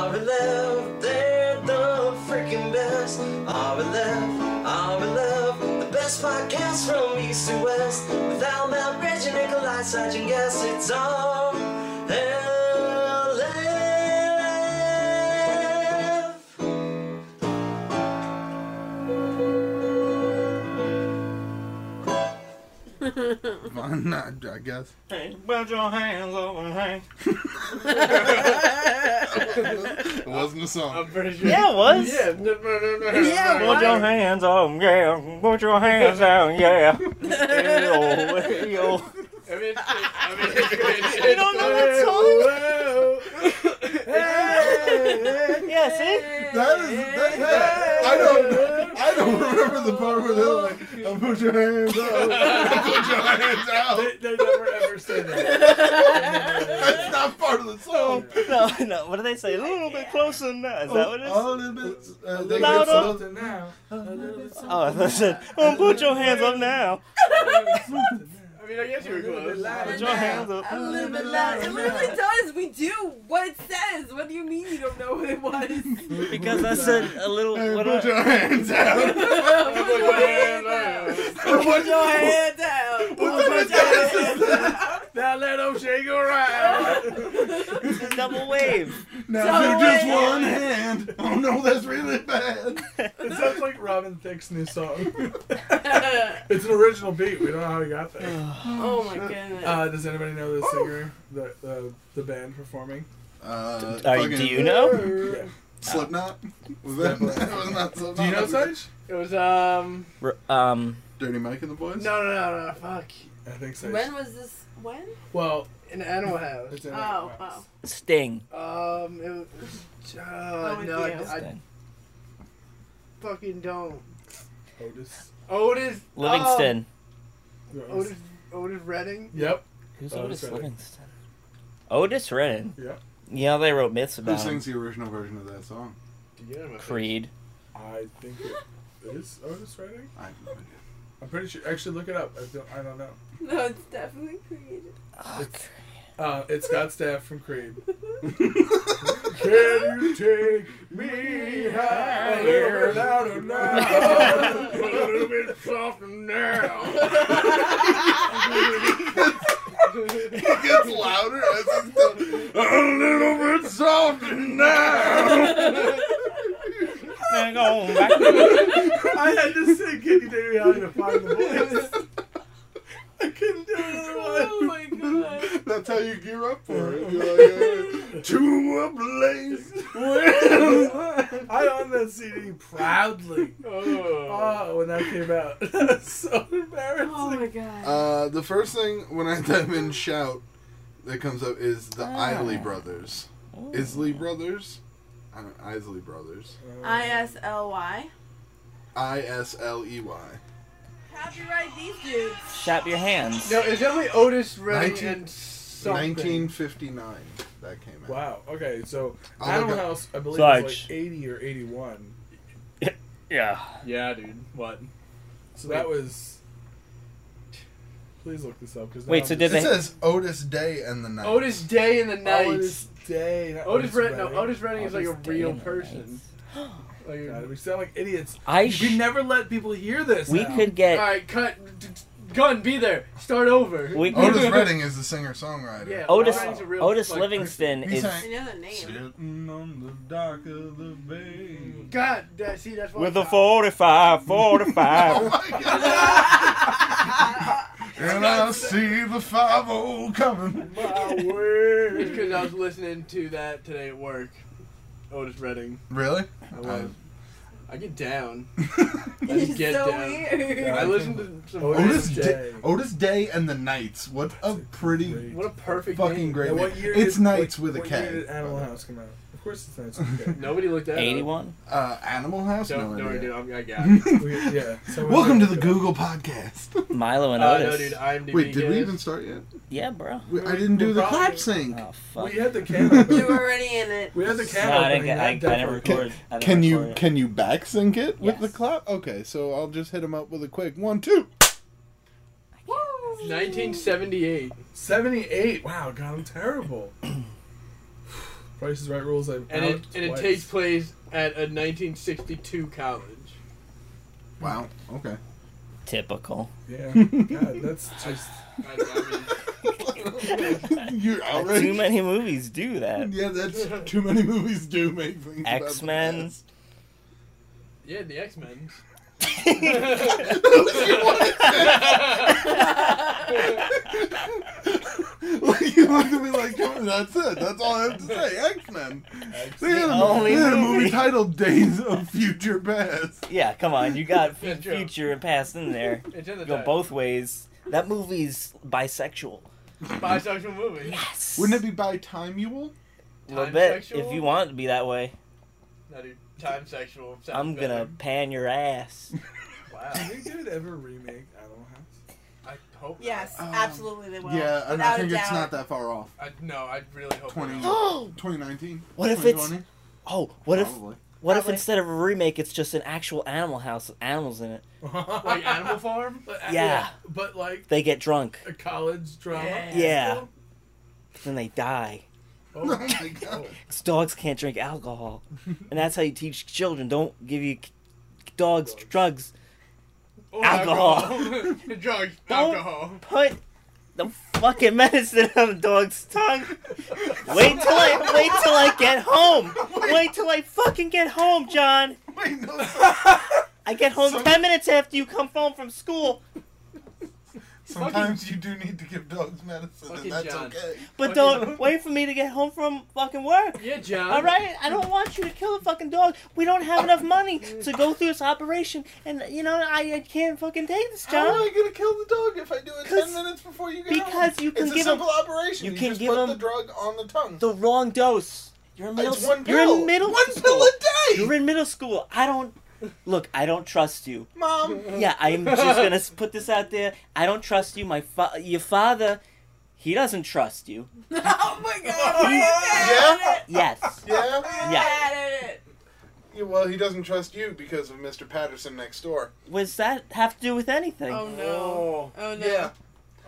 love, they're the freaking best. RLF, RLF, the best podcast from east to west. With Al, Matt, Reggie, Nikolai, Sergeant, yes, it's RLF. I guess. Hey, put your hands over me. It wasn't a song. I'm pretty sure. Yeah, it was. Yeah, no, no, no, no, no. Yeah, Put your hands on, yeah. Put your hands out, yeah. Ayo, ayo. I mean, I mean, it's good. You don't know that song? Yeah, see? That is. That, that, I don't. I don't remember the part where they're like, "I put your hands out, I put your hands out." Oh, They, they never ever say that. That's not part of the song. No, no. What do they say? A little bit closer now. Is Oh, that what it is? All the bits. Uh, they Louder. get something. now. A little bit something. Oh, listen. Well, put your hands up now. I mean, I guess you were close. Put your hands up. A little bit loud. It literally does. We do what it says. What do you mean you don't know what it was? Because I said a little. Hey, What put I, your hands out. Put your hands out. Put your Hand out. Put your hands out. Now let them shake around. it's a double wave. Now Don't do just wait. one hand. Oh no, that's really bad. It sounds like Robin Thicke's new song. It's an original beat. We don't know how he got there. oh my goodness. Uh, does anybody know the singer, the the, the band performing? Uh, Are you- fucking do you know? Yeah. Slipknot? Was that, that was not Slipknot? Do you know Sage? It was um R- Um, Dirty Mike and the Boys? no no no no fuck I think Sage. when was this? When? Well, in Animal House. it's in Oh, Wax. oh. Sting. Um it was uh, Oh, no I, yeah. I Sting. fucking don't. Otis. Otis Livingston. You're Um, Otis Otis Redding. Yep. Who's Otis Otis Redding. Livingston? Otis Redding. Yeah. You know they wrote myths Who about him. sings the original version of that song? Creed. I think it is Otis Redding. I have no idea. I'm pretty sure. Actually, look it up. I don't, I don't know. No, it's definitely created. It's, uh, it's Scott Staff from Creed. Can you take me high? A little bit louder now. A little bit softer now. It gets louder as it's still a little bit softer now. Hang on back. I had to sing Can You Take Me High to find the voice. I couldn't do another Oh one. my god. That's how you gear up for it. You're like, uh, to a blaze. Well, I own that CD proudly. Oh. Oh, when that came out. That's so embarrassing. Oh my god. uh, the first thing when I type in shout that comes up is the Isley Brothers. Isley Brothers? I don't Isley Brothers. I S L Y. I S L E Y. Copyright these dudes. Clap your hands. No, it's definitely Otis Redding 19 and something. 1959 that came out. Wow. Okay. So I'll Animal look up- House, I believe, was Sarge. like eighty or eighty-one. Yeah. Yeah, dude. What? So that was. Please look this up. Cause now Wait, I'm so It just- did they- says Otis Day and the Night. Otis Day and the Night. Otis Day? not Otis, Redding. No, Redding. Otis Redding is like Otis a Day real and the person. Like, God, we sound like idiots. I we sh- never let people hear this. we now. could get Alright, cut. D- d- Gun, be there. Start over. We- Otis Redding is the singer songwriter. Yeah, Otis Redding's a real, Otis like, Livingston He is sang- Another name. Sitting on the dock of the bay. God, that, see, that's why. with a 45 Oh 45. my god! and I see the 5 coming. My It's word. because I was listening to that today at work. Otis Redding. Really? I was. I get down. I He's just get so down. weird. I listen to some Otis Um, Otis, Otis. Day. Day. Otis Day and the Nights. What a pretty What a perfect fucking name. great And name. what year It's did, Nights what, with what a K. Year did Animal House come out? Of course, it's Nights with a K. Nobody looked that up. 81. Uh, Animal House? Don't, no don't worry, dude. idea. I'm, I got it. We- yeah. someone Welcome to looked the it up. Google Podcast. Milo and Uh, no, Otis. dude. IMDb Wait, did we guess. even start yet? yeah, bro. We- I didn't do the Probably. clap sync. Oh fuck. We had the camera. You were already in it. We had the No, I, camera. opening didn't, I, I that day never for- recorded. I didn't Can you record it. can you back sync it with the Yes. clap? Okay, so I'll just hit him up with a quick one, two. Woo! 1978. 78. Wow, God, I'm terrible. Price is Right rules. I've and it out and it twice. takes place at a 1962 college. Wow. Okay. Typical. Yeah, God, that's just I, I mean, You're outraged. Too many movies do that. Yeah, that's too many movies do make things. about the X-Men. past. yeah, the X Men. like you looked at me like, Jordan, that's it. That's all I have to say. X Men. They had, a, Only they had a movie movie. titled Days of Future Past. Yeah, come on, you got Yeah, f- true. future and past in there. It's in the Go title. both ways. That movie's bisexual. bisexual movie. Yes. Wouldn't it be by Timuel? A little Time bit, sexual? if you want it to be that way. No, dude, time sexual. sounds I'm gonna better. pan your ass. Wow. Do you think they would ever remake Animal House? I hope. Yes, Um, absolutely they will. yeah, and I Without think a it's doubt. not that far off. I, no, I really hope. 20, not. 2019. What if it's- 2020? Oh, what if Probably. what if Probably. instead of a remake it's just an actual animal house with animals in it? Like Animal Farm. But- Yeah. But like They get drunk, a college drama. Yeah. Yeah. then they die. Oh, Oh my god. 'Cause dogs can't drink alcohol. and that's how you teach children. Don't give you dogs drugs. Or Alcohol. Oh, Drugs. Don't- Alcohol. Put the fucking medicine on the dog's tongue. Wait till I wait till I get home. Wait till I fucking get home, John. Wait, no. so- I get home ten minutes after you come home from school. Sometimes you do need to give dogs medicine, Fucking and that's John. okay. But Fucking- don't wait for me to get home from fucking work. Yeah, John. All right, I don't want you to kill the fucking dog. We don't have enough money to go through this operation, and you know I, I can't fucking take this, How am John. I gonna kill the dog if I do it ten Because- minutes before you get home? Because you can It's a give him simple operation. you You, can just give put the him- drug on the tongue. the wrong dose. You're in middle. It's one you're pill. in middle One school. pill a day. You're in middle school. I don't look. I don't trust you. Mom, Yeah, I'm just gonna s- put this out there. I don't trust you. My fa- your father, he doesn't trust you. oh my god, he's Yeah. mad at it. Yes. Yeah. Yeah. Mad at it. Yeah, Well, he doesn't trust you because of Mr. Patterson next door. What does that have to do with anything? Oh no. Oh. Oh no. Yeah.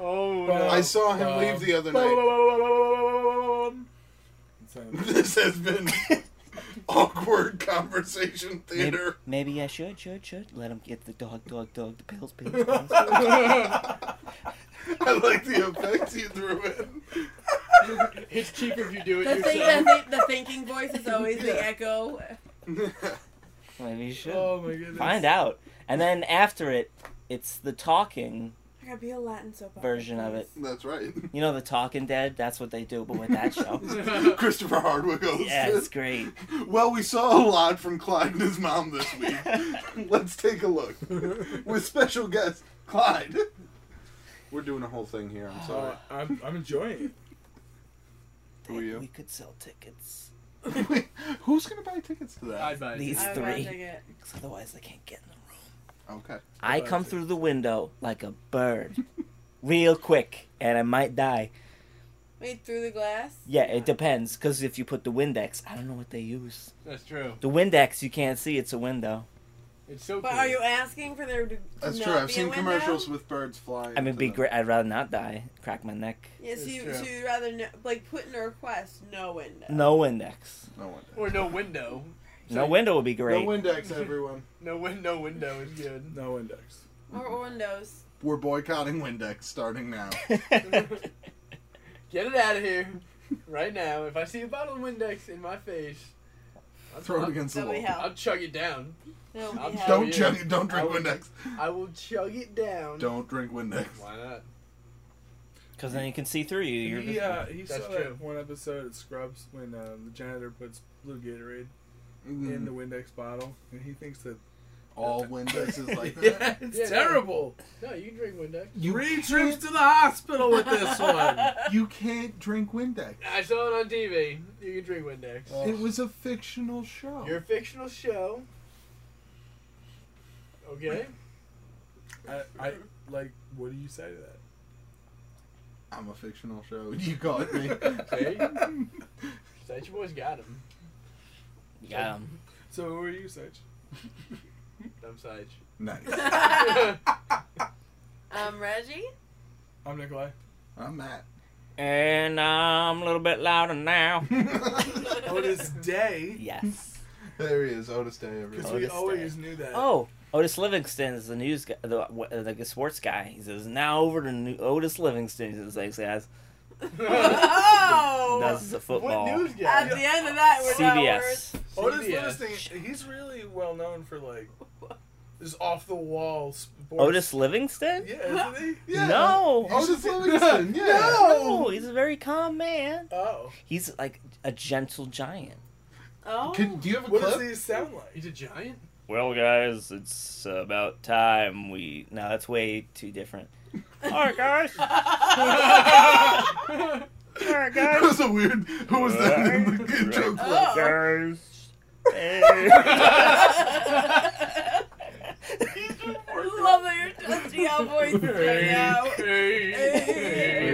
Oh. Well, no. I saw him Um, leave the other night. So- this has been awkward conversation Maybe, theater. maybe I should, should, should. Let him get the dog, dog, dog, the pills, pills, pills. uh, I like the effects you threw in. It's cheaper if you do it The, thing, yourself. the, thi- the thinking voice is always the echo. maybe you should. oh my goodness. Find out. And then after it, it's the talking. I gotta be a Latin soap opera, Version of please. That's right. You know, the Talking Dead? That's what they do, but with that show. Christopher Hardwick goes. yeah, it's great. Well, we saw a lot from Clyde and his mom this week. Let's take a look with special guest Clyde. We're doing a whole thing here. I'm sorry. Uh, I'm, I'm enjoying Oh, Who are you? We could sell tickets. Wait, who's gonna buy tickets to that? I buy it. These I'm three. watching it. 'cause otherwise, they can't get in the room. Okay. I come through the window like a bird, real quick, and I might die. Wait, through the glass? Yeah, it depends, because if you put the Windex, I don't know what they use. That's true. The Windex, you can't see, it's a window. It's so. But cool. are you asking for there to That's not true. I've be a seen window? commercials with birds flying. I mean, to be them. great. I'd rather not die. Crack my neck. Yes, It's you true. so you'd rather no, like put in a request, no window. No Windex. No one. Or no window. No window would be No great. Windex, everyone. No win. No window is good. it. No index. Or windows. We're boycotting Windex starting now. Get it out of here, right now. If I see a bottle of Windex in my face, I'll Throw it I'll- against the That'll be wall. help. I'll chug it down. No, I'm we have. Don't Hell yeah. chug, don't drink I would- Windex. I will chug it down. Don't drink Windex. Why not? Because then you can see through you. You're He, just... uh, he That's saw true. that one episode of Scrubs when um, the janitor puts blue Gatorade Mm. in the Windex bottle, and he thinks that Mm-hmm. All Windex is like that. yeah, it's Yeah, no. terrible. No, you can drink Windex. Three trips to the hospital with this one. You can't drink Windex. I saw it on TV. You can drink Windex. It was a fictional show. Your fictional show. Okay. I, I like. What do you say to that? I'm a fictional show. You caught me. See? Such boys got him. Yeah. um, So who are you, Sage? Dumb Sage. nice. um, Reggie? I'm Nikolai. I'm Matt. And I'm a little bit louder now. Otis Day. Yes. there he is, Otis Day. Everybody. Because we Otis Day. always knew that. Oh, Otis Livingston is the news guy, the, uh, the sports guy. He says, now over to new- Otis Livingston. He says, thanks, guys. Oh! Does the football. What news At guy? the end of that, we're not worth- CBS. Otis CBS. Livingston, he's really well known for like this off the wall sports. Otis Livingston? Yeah, isn't he? Yeah. No. Otis Livingston. Yeah. No, he's a very calm man. Oh. He's like a gentle giant. Oh. Can, do you have a What clip? does he sound like? He's a giant. Well, guys, it's about time we. No, that's way too different. All right, guys. All right, That guys. was a weird. Who was that in the good joke? Oh. Guys. Love that you're testing out voices right now.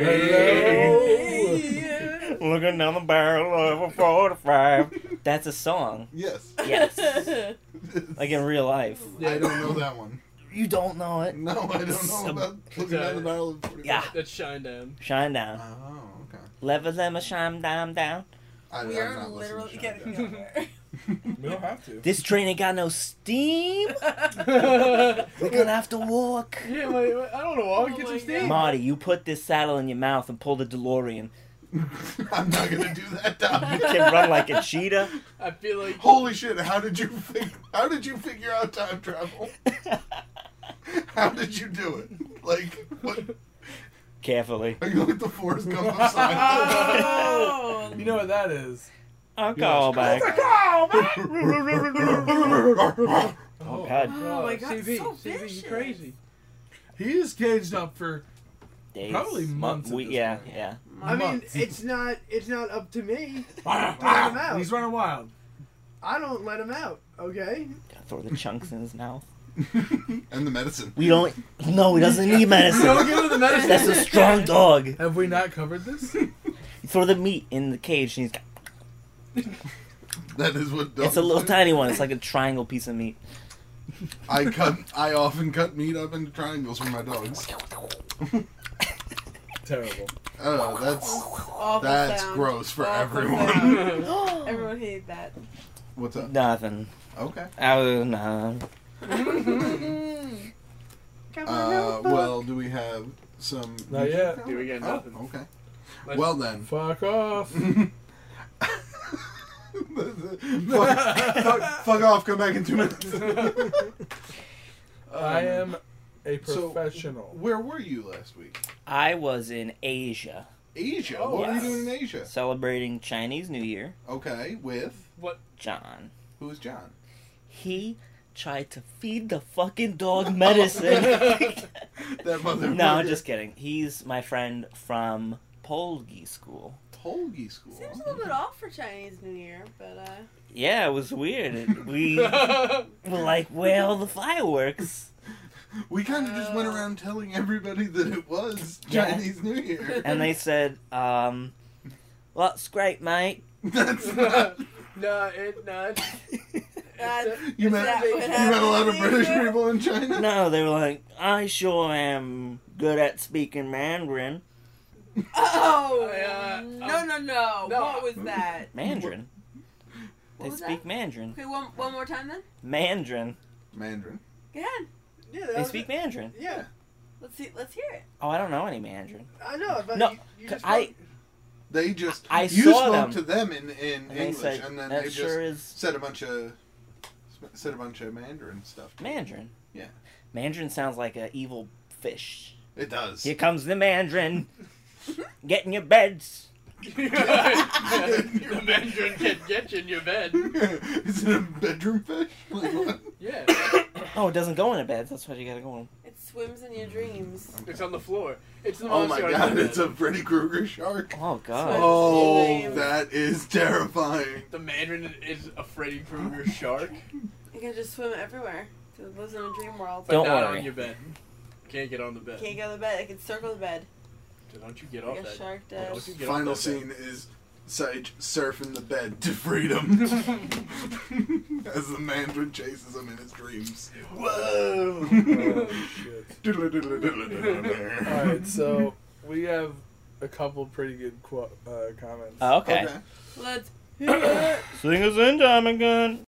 Hello. Looking down the barrel of a 45. That's a song. Yes. Yes. Like in real life. I don't know that one. You don't know it. No, I don't know Some- about looking down the barrel of 45. Yeah. That's shine down. Shine down. Oh, okay. Level them a shine down down. I, We I'm are not listening literally to getting Shine Down. nowhere. We don't have to. This train ain't got no steam. yeah, We're gonna have to walk. wait, wait, I don't know. I'll Oh get my some steam. Marty, you put this saddle in your mouth and pull the DeLorean. I'm not gonna do that, You Doc. can run like a cheetah. I feel like Holy shit! How did you fig- How did you figure out time travel? How did you do it? Like, what? Carefully. Are you like the Forrest Gump of science? Oh. You know what that is? I'll call back. Oh, God. Oh my God, CV, so CV, vicious. you crazy. He is caged up for. Days. Probably months at We, this yeah, point. yeah. I mean, Months. it's not it's not up to me. Ah, him out. He's running wild. I don't let him out. Okay. Gotta throw the chunks in his mouth. and the medicine. We don't. No, he doesn't need medicine. Don't give him the medicine. That's a strong dog. You Have we not covered this? throw the meat in the cage, and he's got. That is what. It's a little dogs do. tiny one. It's like a triangle piece of meat. I cut. I often cut meat up into triangles for my dogs. Terrible. Oh, that's Awful that's sound. gross for Awful everyone. sound. Everyone hated that. What's up? Nothing. Okay. Oh, no. Uh, well, do we have some? Not yet. Here we got Oh, nothing. okay. Let's- Well then. Fuck off. Um, fuck, fuck, fuck off. Come back in two minutes. I uh, am a so- professional. Where were you last week? I was in Asia Asia. Oh, what were you yes. doing in Asia? celebrating Chinese New Year. Okay, with John. who is John? He tried to feed the fucking dog medicine. That motherfucker. no, just kidding. He's my friend from Polgi school. Tolgi school. Seems a little bit off for Chinese New Year, but uh, Yeah, it was weird. It- We were like, where are the fireworks? We kind of just went Uh, around telling everybody that it was Yeah. Chinese New Year. And they said, um, well, it's great, mate. That's not, no, it not. that's you Is met that you what met a lot of happened in British Asia? people in China. No, they were like, I sure am good at speaking Mandarin. oh I, uh, no no no! no. What was that? Mandarin. What They was speak that? Mandarin. Okay, one one more time then. Mandarin. Mandarin. Go ahead. Yeah, that They was speak it. Mandarin. Yeah, Let's see. Let's hear it. Oh, I don't know any Mandarin. I know. But No, you, you c- just I They just I you saw spoke them. to them in in and they English, said and then that they just sure is said a bunch of said a bunch of Mandarin stuff. Mandarin. Yeah. Mandarin sounds like an evil fish. It does. Here comes the Mandarin. Get in your beds. the Mandarin can get you in your bed. is it a bedroom fish? Like what? Yeah, Oh, it doesn't go in a bed. That's why you gotta go in. It swims in your dreams. it's on the floor. It's the Oh my monster on god! the It's a Freddy Krueger shark. Oh God. Oh, Swimming. that is terrifying. The Mandarin is a Freddy Krueger shark. You can just swim everywhere. It lives in a dream world. But Don't not worry. on your bed. Can't get on the bed. Can't go to the bed. I can circle the bed. So don't you get off Like a that. shark Don't does. you get off Final that scene bed. is Sage surfing the bed to freedom as the Mandarin chases him in his dreams. Whoa! Oh, shit. All right, so we have a couple pretty good qu- uh, comments. Oh, okay. Let's hear it. Sing us in, Diamond Gun.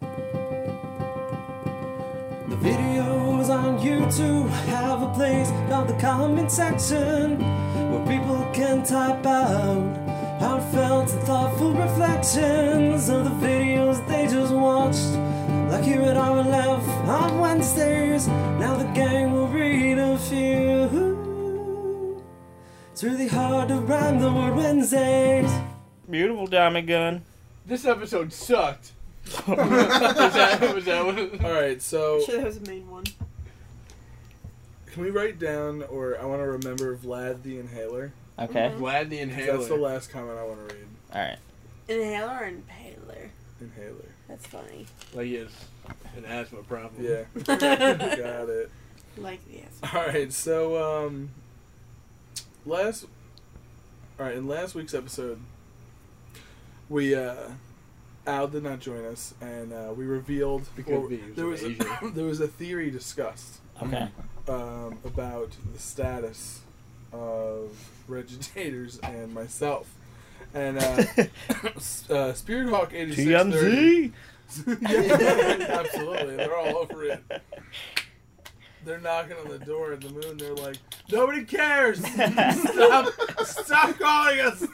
The videos on YouTube have a place called the comment section where people can type out heartfelt and thoughtful reflections of the videos they just watched. Like here at our left on Wednesdays, now the gang will read a few. It's really hard to rhyme the word Wednesdays. Beautiful Diamond Gun. This episode sucked. was that, was that what- All right, so sure that was the main one. can we write down, or I want to remember Vlad the Inhaler? Okay. Vlad the 'Cause Inhaler. That's the last comment I want to read. All right. Inhaler and paler. Inhaler. That's funny. Like he has an asthma problem. Yeah, like got it. the ass. All right, so um, last, all right, in last week's episode, we uh, Al did not join us, and uh, we revealed Because well, he was there was a, Asian. there was a theory discussed Okay. um, about the status of regitators and myself, and uh, Mm-hmm. s- uh, Spirit Hawk eighty six thirty. TMZ. yeah, absolutely. They're all over it. They're knocking on the door at the moon. They're like, nobody cares. Stop, stop calling us.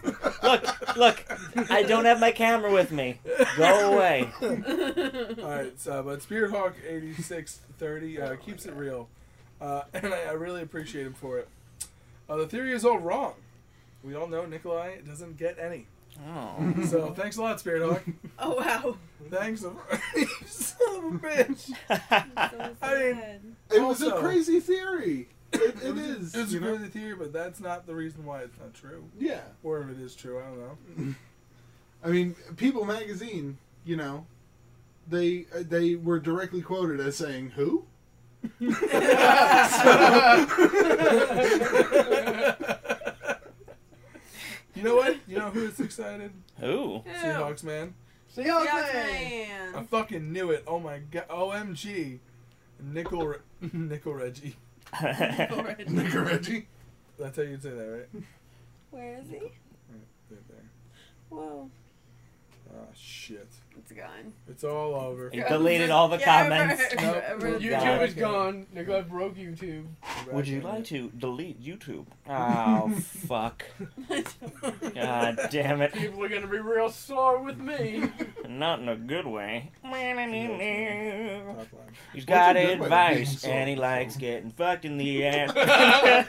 Look, look. I don't have my camera with me. Go away. All right, so, but Spirit Hawk eighty six thirty uh, keeps it real, uh, and I, I really appreciate him for it. Uh, the theory is all wrong. We all know Nikolai doesn't get any. Oh. So thanks a lot, Spirit Hawk. Oh wow. Thanks, a- you son of a bitch. I mean, It was a Also- crazy theory. It, it was- is. It's a you know? crazy theory, but that's not the reason why it's not true. Yeah. Or if it is true, I don't know. I mean, People magazine, you know, they uh, they were directly quoted as saying, "Who?" You know what? You know who is excited? Ooh. Seahawks, man. Seahawks fan. I man. fucking knew it. Oh my god. OMG. Nickel, Re- Nickel Reggie. Nick or Reggie. That's how you'd say that, right? Where is he? Right there. Whoa, Oh, shit. it's gone. It's all over. He deleted all the Yeah, comments. ever- Nope. ever- Nope. YouTube is gone. Nikolai broke YouTube. Would you like to delete YouTube? Oh fuck! God damn it! People are gonna be real sore with me. Not in a good way. Top line. He's What's a good way of got being advice, sore? and he likes getting fucked in the ass.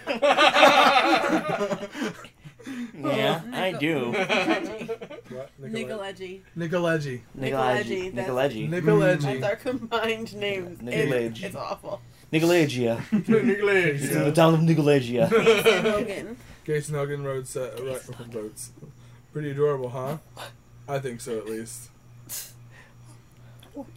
yeah, I do. What? Nickel Reggie. Nicoleggi. Nickel Reggie. Nicolagi. Nicolagi, that's- Nicolagi. Nickel Mm. That's Reggie. our combined names. It's, Nicolegi. it's awful. Nicolagia. It's in the town of Nicolagia. Lisa Logan. Gay Snoggin Roads, uh, right, Roads. Pretty adorable, huh? I think so, at least. What-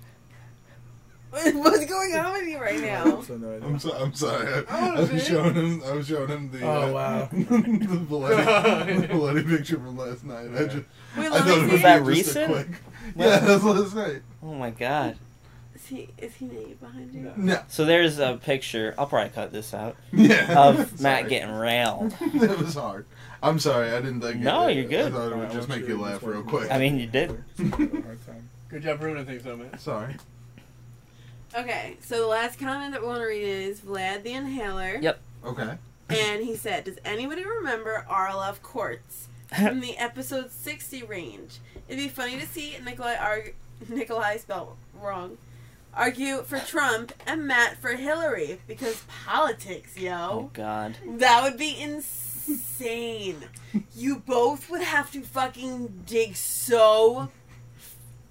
What's going on with you right now? So no idea. I'm, so, I'm sorry. I, Oh, I was dude. showing him. I was showing him the. Oh, uh, wow. the bloody, the bloody picture from last night. I just. Wait, I let thought it me was see. that just a recent? quick- Yeah, that was last night. Oh my god. Is he is he naked behind you? No. So there's a picture. I'll probably cut this out Yeah. of Matt Sorry. getting railed. that was hard. I'm sorry. I didn't think. No, it, you're good. I thought it Alright, would I just want make you you to laugh work real on quick. I mean, you did. Good job ruining things, though, man. sorry. Okay, so the last comment that we want to read is Vlad the Inhaler. Yep. Okay. And he said, Does anybody remember RLF Quartz from the episode 60 range? It'd be funny to see Nikolai, arg- Nikolai spelled wrong, argue for Trump and Matt for Hillary because politics, Oh yo. god. That would be insane. You both would have to fucking dig so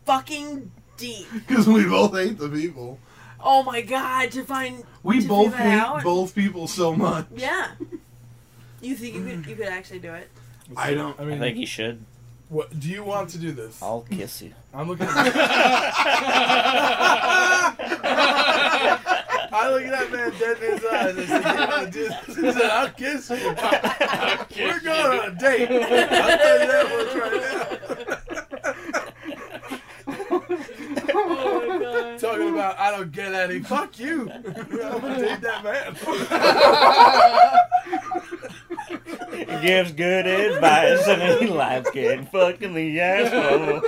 fucking deep. Because we both hate the people. Oh my god, to find. We To both figure hate out- both people so much. Yeah. You think you could, you could actually do it? I don't- I I mean, think he should. what, do you want to do this? I'll kiss you. I'm looking. At, I look at that man dead in his eyes. I said, "You wanna do this?" He said, "I'll kiss you. We're going on a date. I'll tell you that much right now." Talking about, I don't get any. Fuck you. I'm gonna date that man. gives good advice and he likes getting fucking the asshole.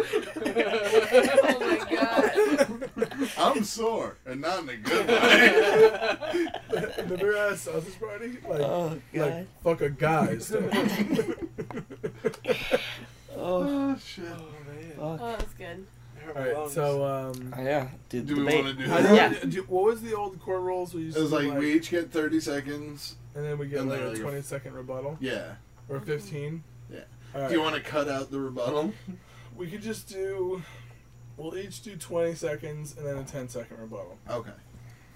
oh my god. I'm sore, and not in a good way. Remember uh, sausage party? Like, Oh god. like fuck a guy. Still. Oh, oh, shit. fuck. Oh, that's good. All right, so um, Oh, yeah. Did Do we want to do how that? do you- Yeah. do- what was the old core rules we used It was to do, like, we each get 30 seconds. and then we get and like then a like a- twenty second rebuttal Yeah. or fifteen. Yeah. All right. Do you want to cut out the rebuttal? we could just do. We'll each do twenty seconds and then a 10 second rebuttal. Okay.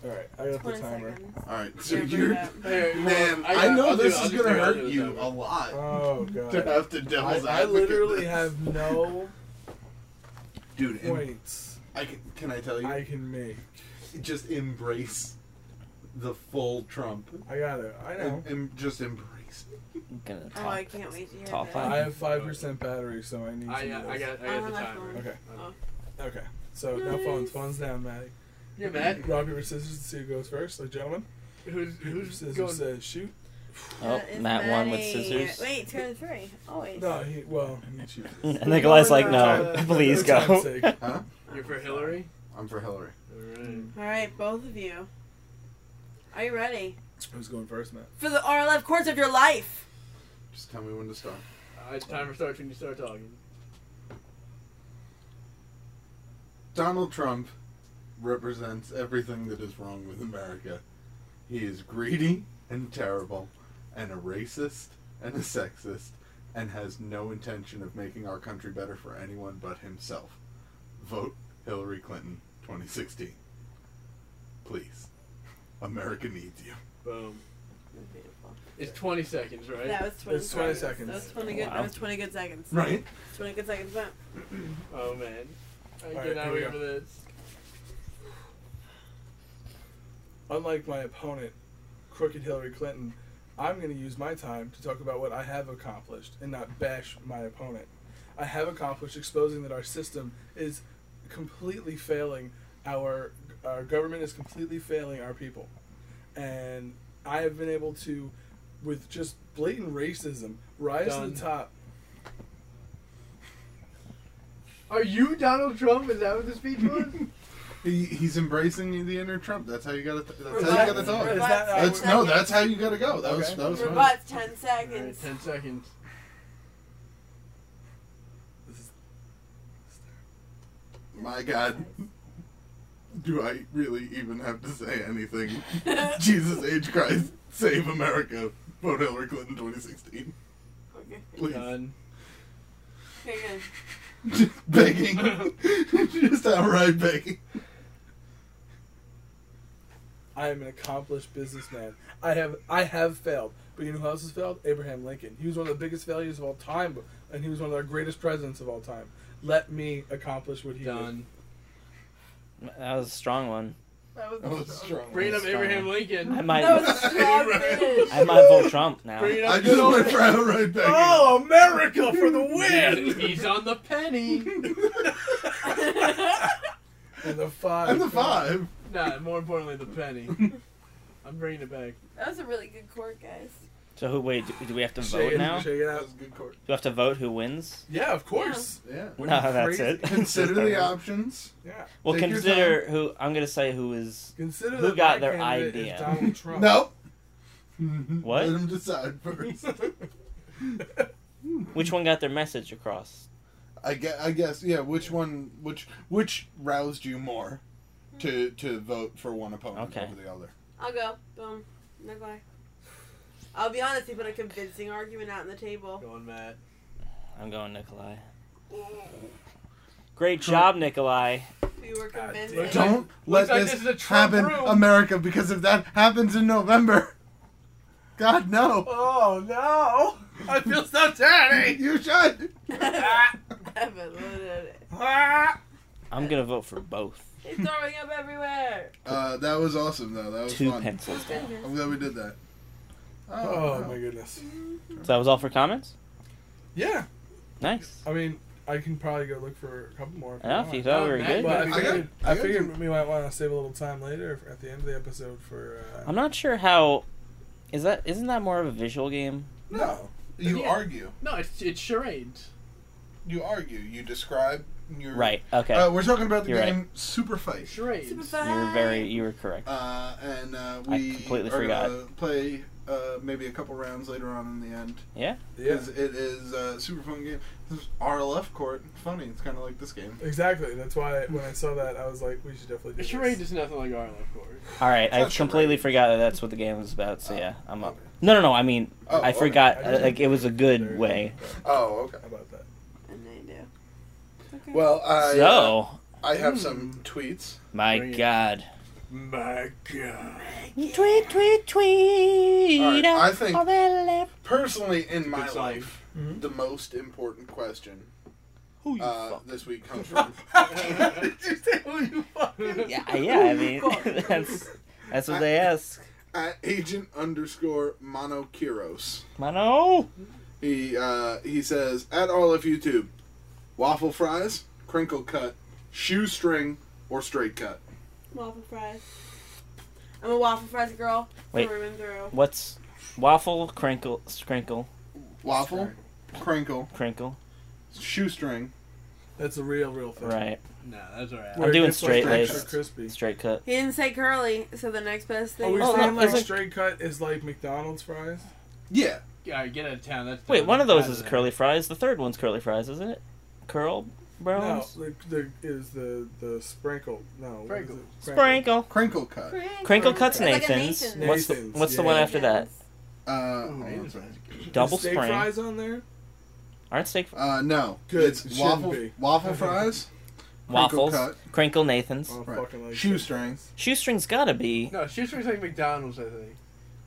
All right, I got the 20 timer. seconds. All right. So Yeah, bring you're. it up. Man, I, know this is going to hurt you a lot Oh to god. have to I, devil's I advocate literally this. have no Dude, em- points I can, can I tell you? I can make. just embrace the full Trump. I got it. I know. Em- em- just embrace it. I'm gonna Oh, I talk. can't wait to hear Top that. five. I have five percent battery, so I need. I, to do got- I this. got, I I'm got on the my timer. phone. Okay. Oh. Okay. So now phones, phones down, Maddie. Yeah, Matt. Rock paper scissors to see who goes first. Like gentlemen, Who's who's scissors going? says shoot. Oh, That is Matt won with Maddie. scissors. Wait, two out of three. Always. No, he well he shoots. And Nikolai's like, no, Going for- please For time's go. sake. Huh? You're for Hillary. I'm for Hillary. Alright. All right, both of you. Are you ready Who's going first, Matt? for the RLF course of your life? Just tell me when to start. Uh, timer starts when you start talking. Donald Trump represents everything that is wrong with America. He is greedy and terrible, and a racist and a sexist, and has no intention of making our country better for anyone but himself. Vote Hillary Clinton 2016. Please. America needs you. Boom. It's 20 seconds, right? That was 20 It's 20 seconds. That was seconds. 20 good. Wow. That was 20 good seconds. Right? 20 good seconds. Matt. Oh man. I Alright, cannot here we wait go. for this. Unlike my opponent, crooked Hillary Clinton, I'm going to use my time to talk about what I have accomplished and not bash my opponent. I have accomplished exposing that our system is completely failing our our government is completely failing our people. And I have been able to with just blatant racism rise Done. to the top. Are you Donald Trump? Is that what the speech was? He, he's embracing the inner Trump. That's how you gotta. That's how you Exactly. gotta talk. Is Robots, that- uh, ten That's no. seconds. That's how you gotta go. That was Okay. that was fun. Robots, 10 Alright, seconds. 10 seconds. This is My God, do I really even have to say anything? Jesus H Christ, save America. Vote Hillary Clinton 2016. Okay. Please, Done. Okay, good. just begging, just outright begging. I am an accomplished businessman. I have I have failed, but you know who else has failed? Abraham Lincoln. He was one of the biggest failures of all time, and he was one of our greatest presidents of all time. Let me accomplish what he Done. That was a strong one. That was, That was strong. Bring up That's Abraham fine. Lincoln. I that might, was a strong finish. I might vote Trump now. Bring I up just Donald went for outright did. begging. Oh, America for the win! He's- He's on the penny. and the five. I'm the five. nah, more importantly, the penny. I'm bringing it back. that was a really good court, guys. So who? Wait, do, do we have to Shake vote it, now? Do shake it out. good court. we have to vote who wins? Yeah, of course. Yeah. No, Are you that's crazy? it. Consider the options. Yeah. Well, Take your consider who. I'm gonna say who is. Consider Who that got my their candidate is idea? Donald Trump. No. What? Let him decide first. Which one got their message across? I guess, I guess yeah. Which one? Which which roused you more Hmm. to to vote for one opponent Okay. over the other? I'll go. Boom. No guy. I'll be honest, he put a convincing argument out on the table. Go on, Matt. I'm going Nikolai. Great job, Nikolai. We were God damn. convincing. Don't let Looks like this, this is a Trump happen, room. America, because if that happens in November, God no, Oh no! I feel so dirty. you should. Ah. I'm gonna vote for both. He's throwing up everywhere. Uh, that was awesome though. That was Two fun. pencils down. I'm glad we did that. Oh no. my goodness. So that was all for comments. Yeah. Nice. I mean, I can probably go look for a couple I more. Oh don't know want. if you thought we were good. But I I got- figured, I I got figured some- we might want to save a little time later for- at the end of the episode for. Uh, I'm not sure how. Is that isn't that more of a visual game? no, You Yeah. argue. No, it's it's charades. You argue. You describe your Right. Okay. Uh, we're talking about the You're right. game Super Fight. Charades. Super you were very. You were correct. Uh, and uh, I we completely are forgot. gonna play uh, maybe a couple rounds later on in the end. Yeah. Yeah. 'Cause It is a super fun game. This is RLF court. Funny. It's kind of like this game. Exactly. That's why when I saw that, I was like, we should definitely do A this. charade is nothing like Arlo, of course. All right. It's I not completely charades. forgot that that's what the game was about. So yeah, I'm up. Oh, Okay. No, no, no. I mean, Oh, I okay. forgot. I uh, just- like it was a good way. Oh, okay. How about that? And they do. Okay. Well, I, uh, So, I have some tweets. my Bring it. God. My God. Tweet, tweet, tweet. All right, uh, I think- all that left. Personally, in my song. life, the most important question Who you uh, fuck? this week comes from. Yeah, yeah. I mean, that's that's what they ask. at agent underscore monokiros. Mano. He uh, he says at all of YouTube, waffle fries, crinkle cut, shoestring, or straight cut. waffle fries. I'm a waffle fries girl. Wait. Through and through. What's waffle? Crinkle, sprinkle, Waffle, crinkle, crinkle. shoestring. That's a real, real thing. Right. No, that's alright. Where it doing gets, like, straight-laced. extra Crispy. Straight cut. He didn't say curly, so the next best Oh, thing. we're is Oh, saying look, like it's like- straight cut is like McDonald's fries. Yeah, Alright, get out of town. That's Wait, one of those that's is bad. curly fries. The third one's curly fries, isn't it? Curl, No, bro. the, the, is the the sprinkle. No, what is Sprinkle. it? Sprinkle. crinkle cut. Crinkle cuts It's like a Nathan's. Nathan's. What's the Nathan's, What's the yeah. one after that? Uh, Ooh, hold on a Nathan's second. Double Steak spring. fries on there. Aren't steak uh no, Good, it's it shouldn't waffle be. waffle fries, waffles? crinkle cut, Crinkle Nathan's. Oh, Right. fucking like shoestring. Shoestring's gotta be. No, shoestrings like McDonald's, I think.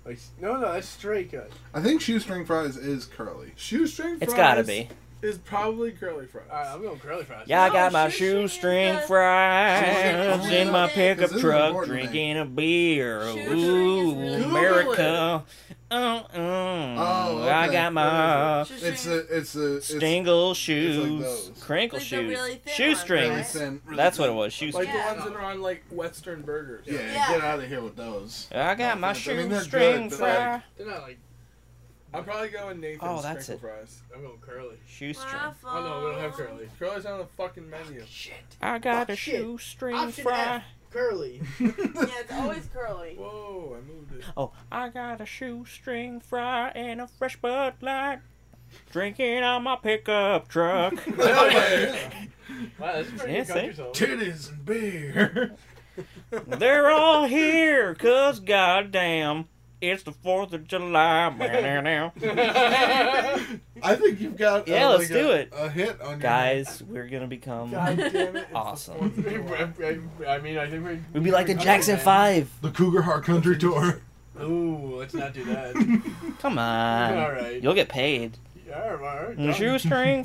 Like, no, no, that's straight cut. I think shoestring fries is curly. Shoestring. Fries It's gotta be. Is probably curly fries. Uh, Alright, I'm going curly fries. Yeah, I No, got my shoestring is shoestring the- fries Shoestring in my is- pickup this is truck, important to me. drinking a beer. Shoestring is Ooh, really- Google America. Oh, oh, Oh, I okay. got my It's a it's a it's stingle shoes, those. crinkle Like the shoes, really thin shoestrings. really ones, thin. really That's what it thin. was. Shoestrings. Like Yeah. the ones that are on like Western burgers. Yeah, Yeah. get out of here with those. I got my I mean, shoestring they're good, but, like, fry. They're not like, I'm probably going Nathan's Oh, that's crinkle fries. I'm going curly. Shoestring. Waffle. Oh, no, we don't have curly. Curly's on the fucking menu. Shit. I got a Oh, shit. shoestring Option fry. F. Curly. Yeah, it's always curly. Whoa, I moved it. Oh, I got a shoestring fry and a fresh Bud Light. Drinking on my pickup truck. Wow, that's a pretty Yeah, good country see? song. Titties and beer. They're all here, cuz goddamn, it's the 4th of July. I think you've got Yeah, uh, like let's a- do it. A hit on your- Guys, we're gonna become. God damn it! it's the Awesome. Fourth of July. I- I I mean, I think we. We'd be like the Okay, Jackson man. 5. the Cougar Heart Country Tour. Ooh, let's not do that. Come on. Alright. You'll get paid. Yeah, alright. And Shoestring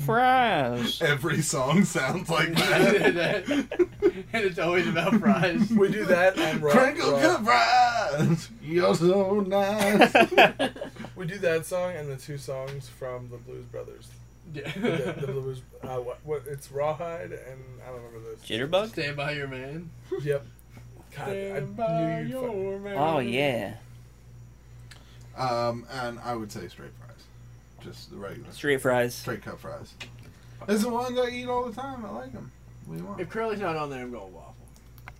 fries. Every song sounds like that. and it's always about fries. We do that and rock, Crinkle rock. cut fries. You're so nice. We do that song and the two songs from the Blues Brothers. The, the Yeah. Blues, uh, what, what? It's Rawhide and I don't remember this. Jitterbug? Stand by your man. Yep. God, Stand I by knew you'd. fuck- your man. Oh, yeah. um, and I would say straight fries, just the regular Street fries. straight cut fries. It's the ones I eat all the time. I like them. What do you want? If Curly's not on there, I'm going waffle.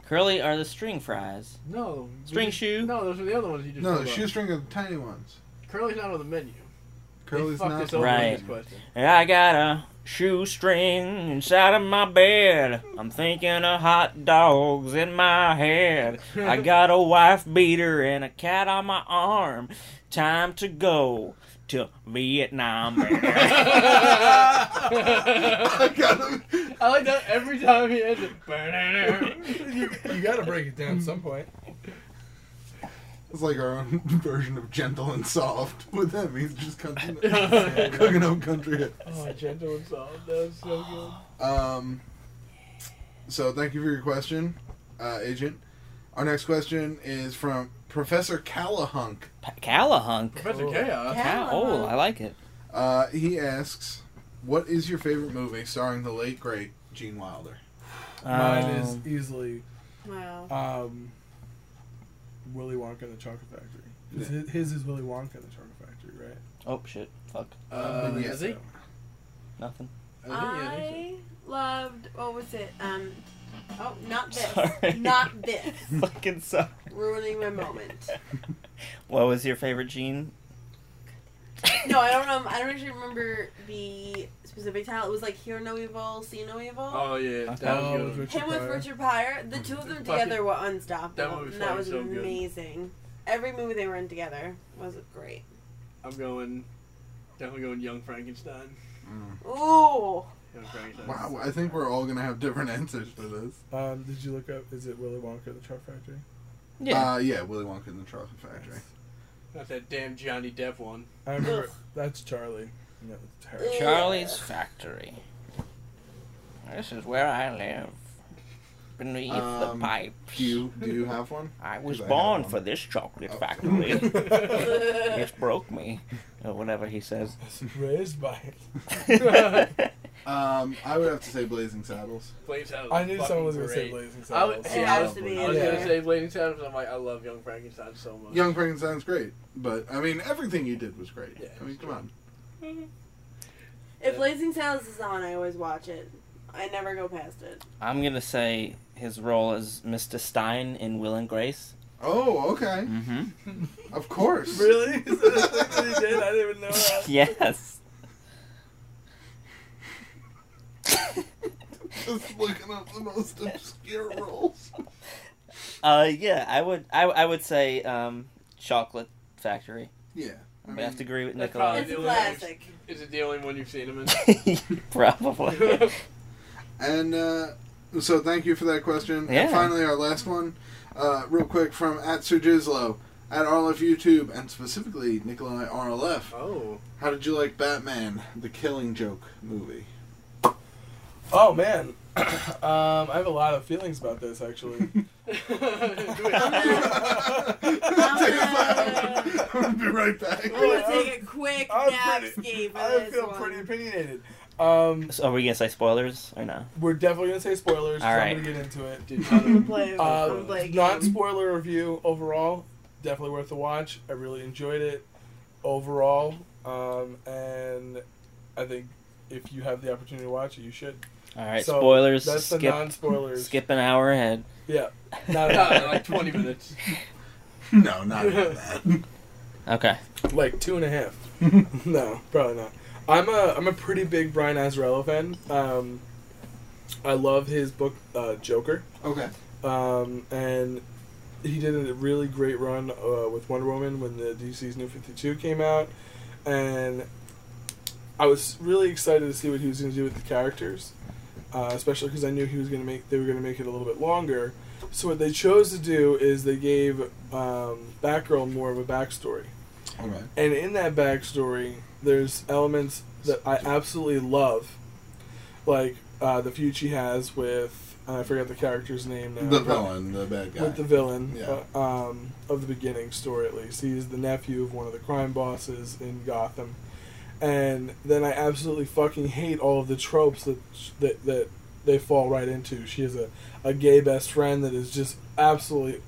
Curly are the string fries. No. we String just- shoe? No, those are the other ones you just. No, pulled the up. shoestring are the tiny ones. Curly's not on the menu. Curly's they fucked not. us over Right. with this question. And I got a shoestring inside of my bed. I'm thinking of hot dogs in my head. I got a wife beater and a cat on my arm. Time to go to Vietnam. I gotta, I like that every time he ends it. You, you gotta break it down at some point. it's like our own version of gentle and soft. With them, he's just cooking, cooking up country hits. oh, gentle and soft. That was so good. Um, so thank you for your question, uh, Agent. Our next question is from Professor Callahunk. Pa- Calahunk. Professor Oh. Chaos. Cal- oh, I like it. Uh, he asks, "What is your favorite movie starring the late great Gene Wilder?" Mine Um, is easily Wow. um, Willy Wonka and the Chocolate Factory. 'Cause hi- His, is Willy Wonka and the Chocolate Factory, right? Oh, shit. Uh, Yeah. Is he? Nothing. I think yeah, I think so. I loved what was it? Um, oh, not this, Sorry. not this. Fucking sorry. Ruining my moment. What was your favorite gene? No, I don't. Um, I don't actually remember the specific title. It was like "Hear No Evil, See No Evil." Oh yeah, that Oh, with was good. Richard Him with Pryor. Richard Pryor. The two of them Fucking- together were unstoppable. that movie was and that fucking was so good. amazing. Every movie they were in together was great. I'm going. Definitely going Young Frankenstein. Ooh. Young Frankenstein. Wow, I think we're all gonna have different answers for this. Um, did you look up? Is it Willy Wonka and the Chocolate Factory? uh, yeah, Willy Wonka and the Chocolate Factory. Not that damn Johnny Depp one. I remember. Ugh. that's Charlie. No, it's terrible. Ugh. Charlie's Factory. This is where I live. Beneath Um, the pipes. Do you do you have one? I was do I have born one? for this chocolate Oh. factory. Ugh. it broke me. Or whatever he says. Raised by it. Um, I would have to say Blazing Saddles. Blazing Saddles. I knew fucking someone was gonna say great. Blazing I Saddles. would- it Yeah, I has was- to be. I was in gonna there. say Blazing Saddles. I'm like, I love Young Frankenstein so much. Young Frankenstein's great, but I mean everything he did was great. Yeah. I mean, come on. If Blazing Saddles is on, I always watch it. I never go past it. I'm gonna say his role as Mr. Stein in Will and Grace. Oh, okay. Mm-hmm. Of course. Really? Is that a thing that he did? I didn't even know that. yes. Just looking up the most obscure roles. Uh, yeah, I would. I, I would say um, Chocolate Factory. Yeah. I I, mean, have to agree with that's Nicola. It's a classic. Is it the only one you've seen him in? Probably. And uh, so thank you for that question. And Yeah. finally, our last one, uh, real quick from at Sir Gislo, at RLF YouTube, and specifically Nikolai RLF. oh, How did you like Batman, the Killing Joke movie? Oh man, um, I have a lot of feelings about this actually. We'll be right back. I'm gonna Yeah, take a quick I'm napscape for I this feel one. pretty opinionated. Um, so are we gonna say spoilers or no? we're definitely gonna say spoilers. 'cause All I'm right. gonna get into it. dude, I'm gonna play. I'm gonna play Uh, a not game. spoiler review overall. Definitely worth the watch. I really enjoyed it overall, um, and I think if you have the opportunity to watch it, you should. All right, So, spoilers. That's the Skip. non-spoilers. Skip an hour ahead. Yeah. Not uh, like 20 minutes. No, not even that. Okay. like two and a half. no, probably not. I'm a I'm a pretty big Brian Azarello fan. Um, I love his book uh, Joker, Okay. um, and he did a really great run uh, with Wonder Woman when the DC's New Fifty Two came out, and I was really excited to see what he was going to do with the characters, uh, especially because I knew he was going to make they were going to make it a little bit longer. So what they chose to do is they gave um, Batgirl more of a backstory. Okay. And in that backstory, there's elements that I absolutely love, like uh, the feud she has with I forget the character's name now. The villain, the bad guy. With the villain Yeah. uh, um, of the beginning story, at least he's the nephew of one of the crime bosses in Gotham, and then I absolutely fucking hate all of the tropes that that that they fall right into. She has a a gay best friend that is just absolutely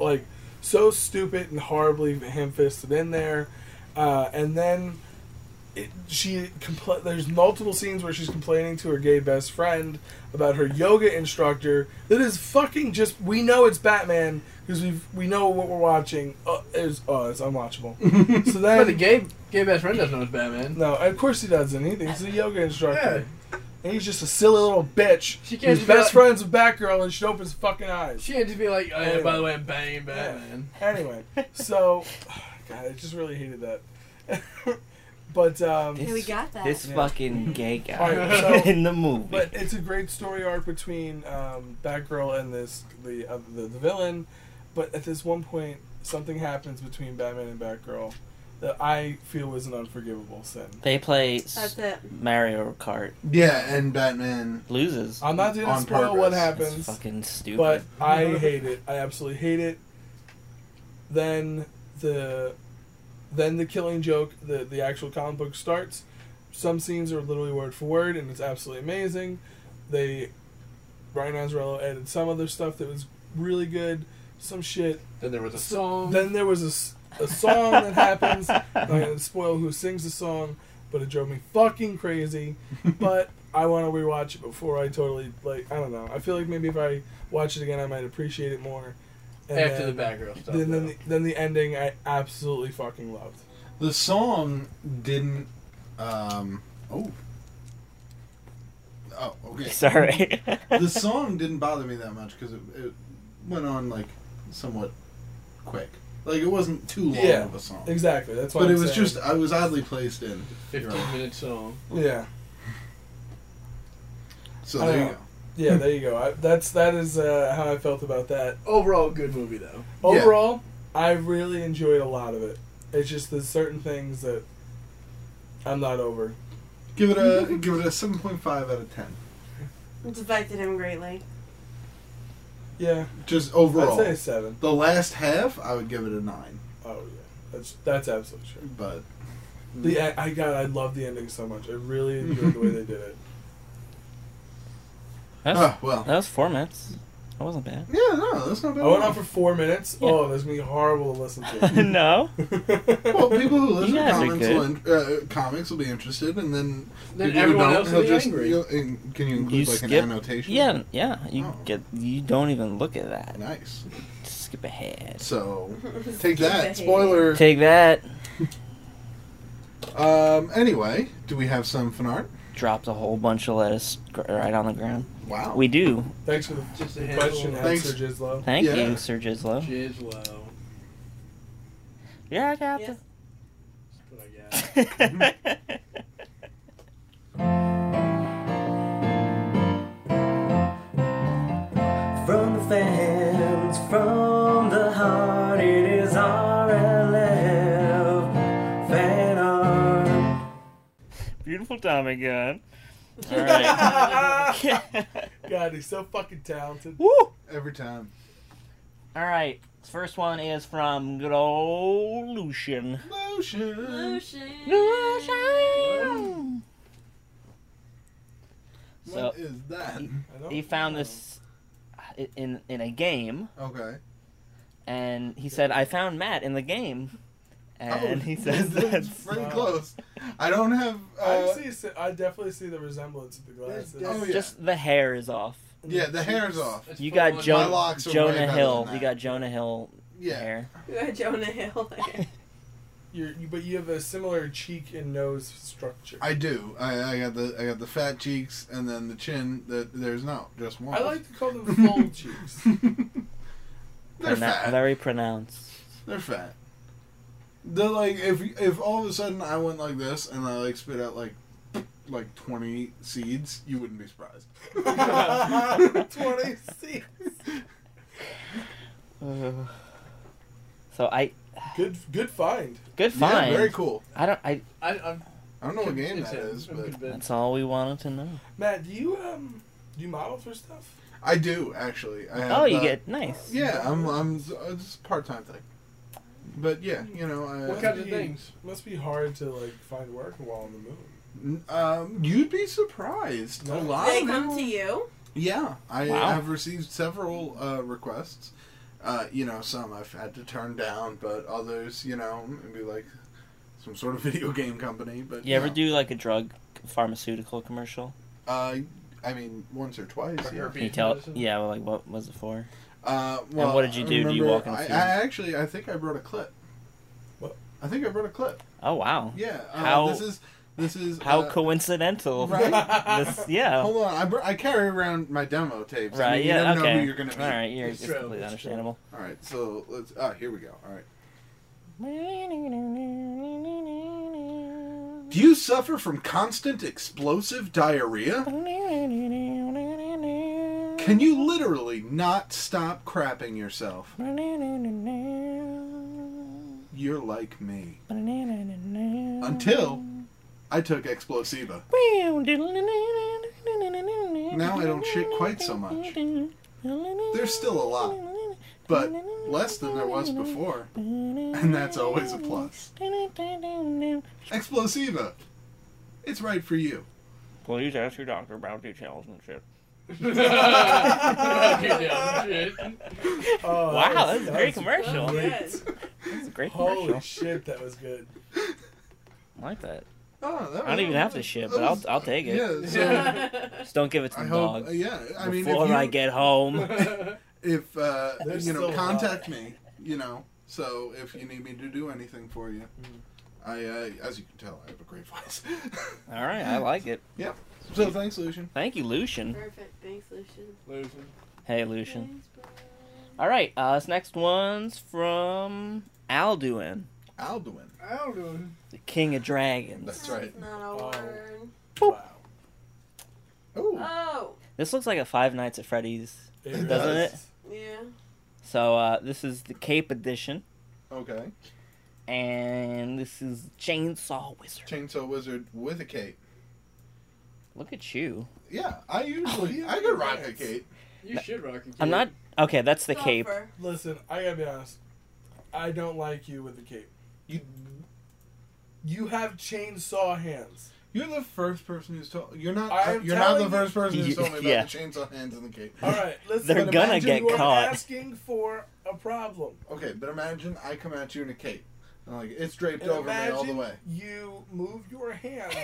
like so stupid and horribly ham-fisted in there uh, and then it, she compl- there's multiple scenes where she's complaining to her gay best friend about her yoga instructor that is fucking just we know it's batman because we we know what we're watching uh, is oh it's unwatchable so then But the gay, gay best friend doesn't know it's Batman. no of course he doesn't either he's a yoga instructor and he's just a silly little bitch She can't He's just be best like- friends with batgirl and she opens his fucking eyes She had to be like, oh, yeah, by the way, I'm banging Batman. anyway so god i just really hated that but um Okay, we got that. This Yeah. fucking gay guy Alright, so- in the movie. But it's a great story arc between um, Batgirl and this the, uh, the the villain. But at this one point, something happens between Batman and Batgirl that I feel was an unforgivable sin. they play s- That's it. Mario Kart. yeah, and Batman. Loses. I'm not going to On spoil purpose. what That's happens, fucking stupid. but I hate it. I absolutely hate it. Then the then the Killing Joke, the the actual comic book starts. Some scenes are literally word for word, and it's absolutely amazing. They Brian Azarello added some other stuff that was really good. Some shit. Then there was a song. Then there was a s- a song that happens. I'm not gonna spoil who sings the song, but it drove me fucking crazy. But I want to rewatch it before I totally like. I don't know. I feel like maybe if I watch it again, I might appreciate it more. And After the then- background stuff. Then, then, though. the, then the ending, I absolutely fucking loved. The song didn't. Um, oh. Oh, okay. Sorry. the song didn't bother me that much because it, it went on like somewhat quick. Like it wasn't too long Yeah, of a song. Exactly. That's why. But I'm it was saying. just I was oddly placed in. You're 15 right. minute song. yeah. So I there don't you go. Yeah, there you go. I, that's that is uh, how I felt about that. Overall, good movie though. Overall, I really enjoyed a lot of it. It's just there's certain things that I'm not over. Give it a give it a seven point five out of ten. It's affected him greatly. Yeah, Just I'd overall. say a seven. The last half, I would give it a nine. Oh yeah, that's that's absolutely true. But The Mm-hmm. I, I got I love the ending so much. I really enjoyed the way they did it. That's, ah, well, that was four minutes. That wasn't bad. yeah, no, that's not bad. I went on for four minutes. Yeah. Oh, that's gonna be horrible to listen to. no. well, people who You listen to guys are comics will, in, uh, comics will be interested, and then people Then who everyone don't, else will he'll be just, angry. you'll- and Can you include You like skip- an annotation? Yeah, yeah. You Oh. get. You don't even look at that. Nice. Just skip ahead. So take Skip that ahead. spoiler. Take that. Um. Anyway, do we have some fan art? Dropped a whole bunch of lettuce gr- right on the ground. Wow. We do. Thanks for the Just a question, handful. Thanks. answer, Jizlo. Thank Yeah. you, Sir Jizlo. Jizz low. Yeah, I got Yes. That's what I got. the. From the fans, from the heart, it is RLF fan art. Beautiful Tommy gun. All right. God, he's so fucking talented. Woo! All Every time. right. First one is from good old Lucian. Lotion. Lucian. So What is that? I don't he found this i- in in a game, Okay. and he said, "I found Matt in the game," Oh, and he says that's that's. pretty Wow. close. I don't have. I Uh, see. se- I definitely see the resemblance of the glasses. Oh, yeah. Just the hair is off. Oh, yeah, the hair's off. That's You full got on- My Jonah, locks are way better Jonah than Hill. that. You got Jonah Hill Yeah. hair. You got Jonah Hill there. You're, you, but you have a similar cheek and nose structure. I do. I, I got the I got the fat cheeks and then the chin. That there's no just one. I like to call them full cheeks. They're Prona- fat. Very pronounced. They're fat. They're like if if all of a sudden I went like this and I like spit out like like twenty seeds, you wouldn't be surprised. Twenty six. So I Good, good find. good Yeah, find. very cool. I don't. I. I, I'm, I don't know what game it's that is, I'm but convinced. That's all we wanted to know. Matt, do you um, do you model for stuff? I do actually. I have, Oh, you uh, get nice. Yeah, I'm I'm uh, it's part time thing, but yeah, you know. I, What kinds of things? must be hard to like find work while on the moon. Um, you'd be surprised. A No. lot They of come people- to you. Yeah, I Wow. have received several uh, requests. Uh, you know, some I've had to turn down, but others, you know, maybe like some sort of video game company. But You ever know. do like a drug pharmaceutical commercial? Uh, I mean, once or twice. For Yeah. herpes Can you tell? medicine? Yeah. well, Like, what was it for? Uh, well, what did you I do? Do you remember walk in the I, I field? actually, I think I brought a clip. What? I think I brought a clip. Oh wow. Yeah. Uh, How- This is. This is. How uh, coincidental. Right? This, yeah. Hold on, I, br- I carry around my demo tapes. I Right. mean, you yeah. never okay. know who you're gonna be. All right. You're It's it's true, completely it's true. understandable. All right, so let's. Ah, here we go. All right. Do you suffer from constant explosive diarrhea? Can you literally not stop crapping yourself? You're like me. Until I took Explosiva. Now I don't shit quite so much. There's still a lot, but less than there was before, and that's always a plus. Explosiva! It's right for you. Please ask your doctor about details and shit. Okay, damn shit. Oh, Wow, that's- that's a great Uh, that's- commercial. Yes. That's a great Holy commercial. shit, that was good. I like that. Oh, that I don't was- even have to shit, that but I'll was- I'll take it. Yeah, so That's Just don't give it to I the hope. dog Yeah, I mean, if before you, I get home. if uh, They're you know, still contact me. You know, so if you need me to do anything for you, I, uh, as you can tell, I have a great voice. All right, I like it. so thanks, Lucian. Thank you, Lucian. perfect. Thanks, Lucian. Losing. Hey, Lucian. Thanks, bro. All right, uh, this next one's from Alduin, Alduin. I don't know. the King of Dragons. That's right. That's not a Oh. word. Wow. Oh, Uh, Oh, This looks like a Five Nights at Freddy's, It doesn't it? yeah. So uh, this is the Cape Edition, okay. and this is Chainsaw Wizard. Chainsaw Wizard with a cape. Look at you. Yeah, Oh, I usually I could rock a cape. You should rock a cape. I'm not okay. That's the cape. Golfer. Listen, I gotta be honest. I don't like you with the cape. You You have chainsaw hands. you're the first person who's told you're not I am you're not the telling first person you- who's told me about yeah. the chainsaw hands and the cape. All right, listen. They're but gonna imagine get you are caught. asking for a problem. Okay, but imagine I come at you in a cape. And like it's draped And over me all the imagine way. you move your hands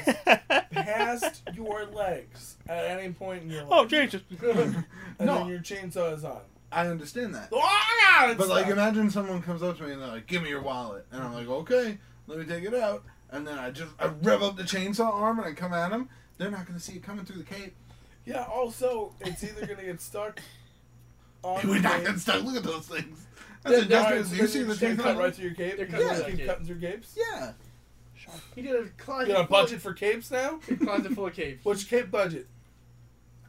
past your legs at any point in your life. oh Jesus! and No. then your chainsaw is on. I understand that. Ah, it's But like on. imagine someone comes up to me and they're like, Give me your wallet and I'm like, Okay, let me take it out and then I just I rev up the chainsaw arm and I come at them, they're not gonna see it coming through the cape. yeah. Also, it's either gonna get stuck. On We're the not cape- getting stuck. Look at those things. Yeah, That's all industrious. right, so You see they're the just gonna things cut on- right through your cape. They're They're cutting gonna right keep through. cutting through capes. Yeah. He did a You closet. got a full budget for capes now? Of, closet full of capes. What's your cape budget?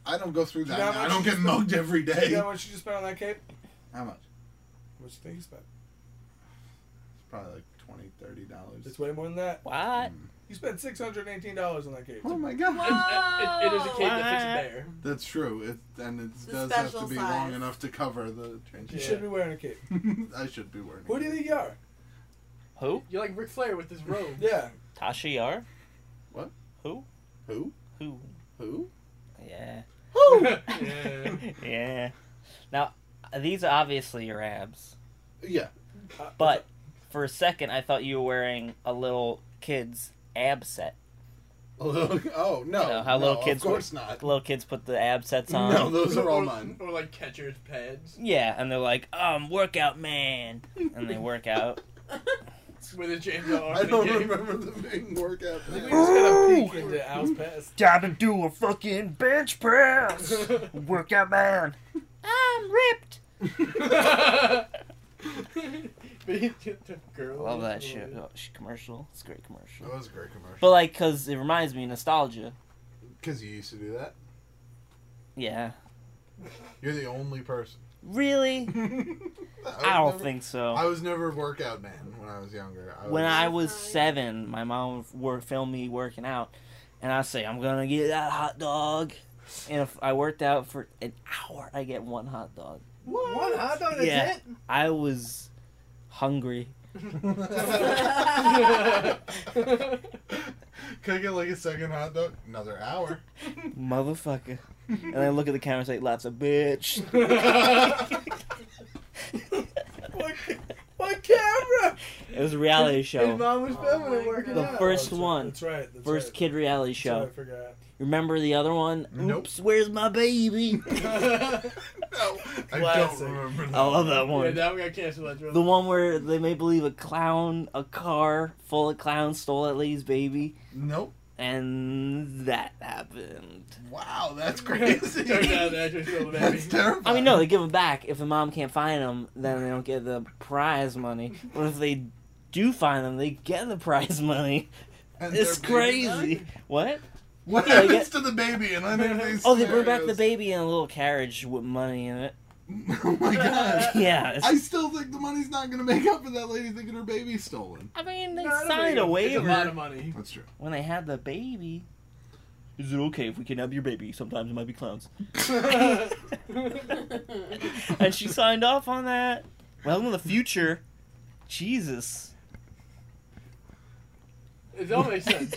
I don't go through that. You know now. how I much don't you get spend? mugged every You day. know how much you just spent on that cape? How much? What you think you spent? It's probably like 20 dollars. It's way more than that. What? You spent six hundred and eighteen dollars on that cape. Oh my god. What? It- it- it is a cape that fits a bear. That's true. It and it The does have to special be size. long enough to cover the You trench. Yeah. should be wearing a cape. I should be wearing. Who do you think you are? Who? You're like Ric Flair with his robe. Yeah. Tasha Yar? What? Who? Who? Who? Who? Yeah. yeah. yeah. Now these are obviously your abs, Yeah. Uh, but for a second I thought you were wearing a little kid's ab set. A little, oh no. You know how no, little kids Of course not. Little kids put the ab sets on. No, those are all Or- mine. Or like catcher's pads Yeah, and they're like, um, workout man, and they work out. with a chainsaw arm. I don't and a cape. remember them being workout. I think we pants. just got a peek into Al's past. Gotta do a fucking bench press. workout man. I'm ripped. but he took the I girl. love that shit. Oh, sh- commercial. It's a great commercial. That was a great commercial. But like, cause it reminds me of nostalgia. Because you used to do that. Yeah. You're the only person. Really? I never- don't think so. I was never a workout man when I was younger. Oh, I was, when I was Sorry. seven, my mom wor filmed me working out, and I say, "I'm gonna get that hot dog." And if I worked out for an hour, I get one hot dog. What? One hot dog? That's Yeah. it? I was hungry. Could I get like a second hot dog? Another hour. Motherfucker. and I look at the camera and say, That's a bitch. What, what camera? It was a reality His show. mom was filming my it working Oh. The God. out. first Oh, that's one. Right, that's right. That's First right. kid reality That's right, show. I forgot. Remember the other one? Nope. Oops, where's my baby? no, I don't Classic. remember that. I love that yeah, one. that one got canceled. That's The one where they may believe a clown, a car full of clowns stole that lady's baby, Nope. and that happened. Wow, that's crazy. Turns out the actress killed the that's baby. terrifying. I mean, no, they give them back. If the mom can't find them, then they don't get the prize money. But if they do find them, they get the prize money. And It's their baby- crazy. What? What Yeah, happens yeah. to the baby? And I think these Oh, they bring back the scenarios- baby in a little carriage with money in it. oh my god. Yeah. it's- I still think the money's not going to make up for that lady thinking her baby's stolen. I mean, they No, I don't signed think a it- It's a lot waiver of money. That's true. when they had the baby. Is it okay if we kidnap your baby? Sometimes it might be clowns. and she signed off on that. Well, in the future, Jesus. It don't make sense.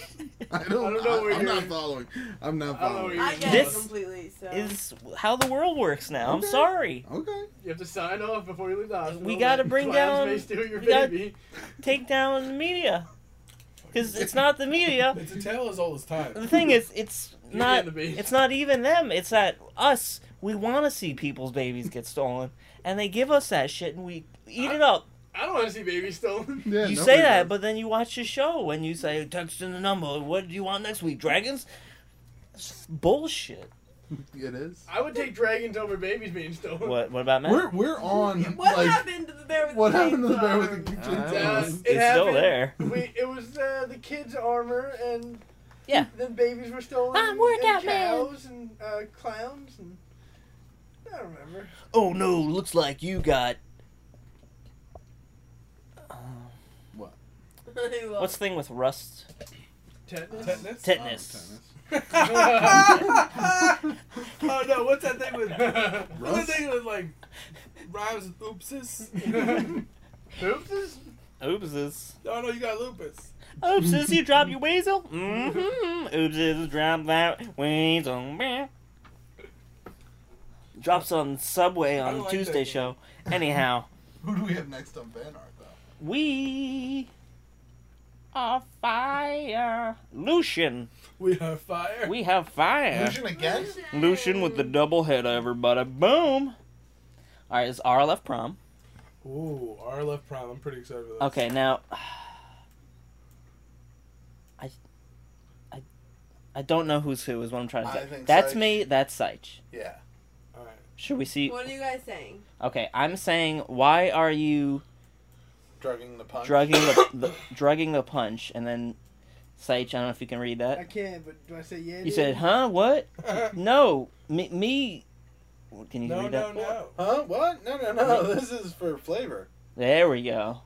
I don't, I I don't know where I'm not you're- following. I'm not I don't know following. where I get This it completely. So Is how the world works now. I'm Okay. sorry. Okay. You have to sign off before you leave the hospital. We gotta bring Clowns down- May steal your we gotta- baby. Take down the media, because it's not the media. It's a tale as old as The time. thing is, it's Beauty not. and the Beast. It's not even them. It's that us. We want to see people's babies get stolen, and they give us that shit, and we eat it up. I don't want to see babies stolen. Yeah, nobody you say that, does. but then you watch the show and you say, "Text in the number. What do you want next week? Dragons." It's bullshit. it is. I would take dragons over babies being stolen. What? What about Matt? We're we're on. what like, happened to the bear with What the happened to the bear with the chainsaw? kitchen I don't Uh, know. towel? it's it still happened. there. We, it was uh, the kids' armor and Yeah. Then babies were stolen. I'm workout and cows and uh, clowns and I don't remember. Oh no! Looks like you got I love what's the thing with rust? Tetanus. Tetanus? Tetanus. oh no, what's that thing with what's that Rust? thing with like rhymes with oopses? Hoopses? Oopses. Oh no, you got lupus. Oopses, you drop your weasel? Mm-hmm. Oopses, drop that weasel. Meh. Drops on Subway I on like Tuesday that. show. Anyhow, Who do we have next on Van Art though? we are fire. Lucian. We are fire. We have fire. Fusion again? Lucian with the double head, everybody. Boom. All right, it's RLF prom. Ooh, our left prime. I'm pretty excited for that. Okay, now I I I don't know who's who is what I'm trying to I say. think That's Seich. me, that's Seich. Yeah. All right. Should we see What are you guys saying? Okay, I'm saying why are you Drugging the punch. drugging the, the drugging the punch and then Seich, I don't know if you can read I that. can't, but do I say yeah? You said, "Huh? What? No, me, me. Can you no, read no, that? no. Huh? What? No, no, no. This is for flavor. There we go.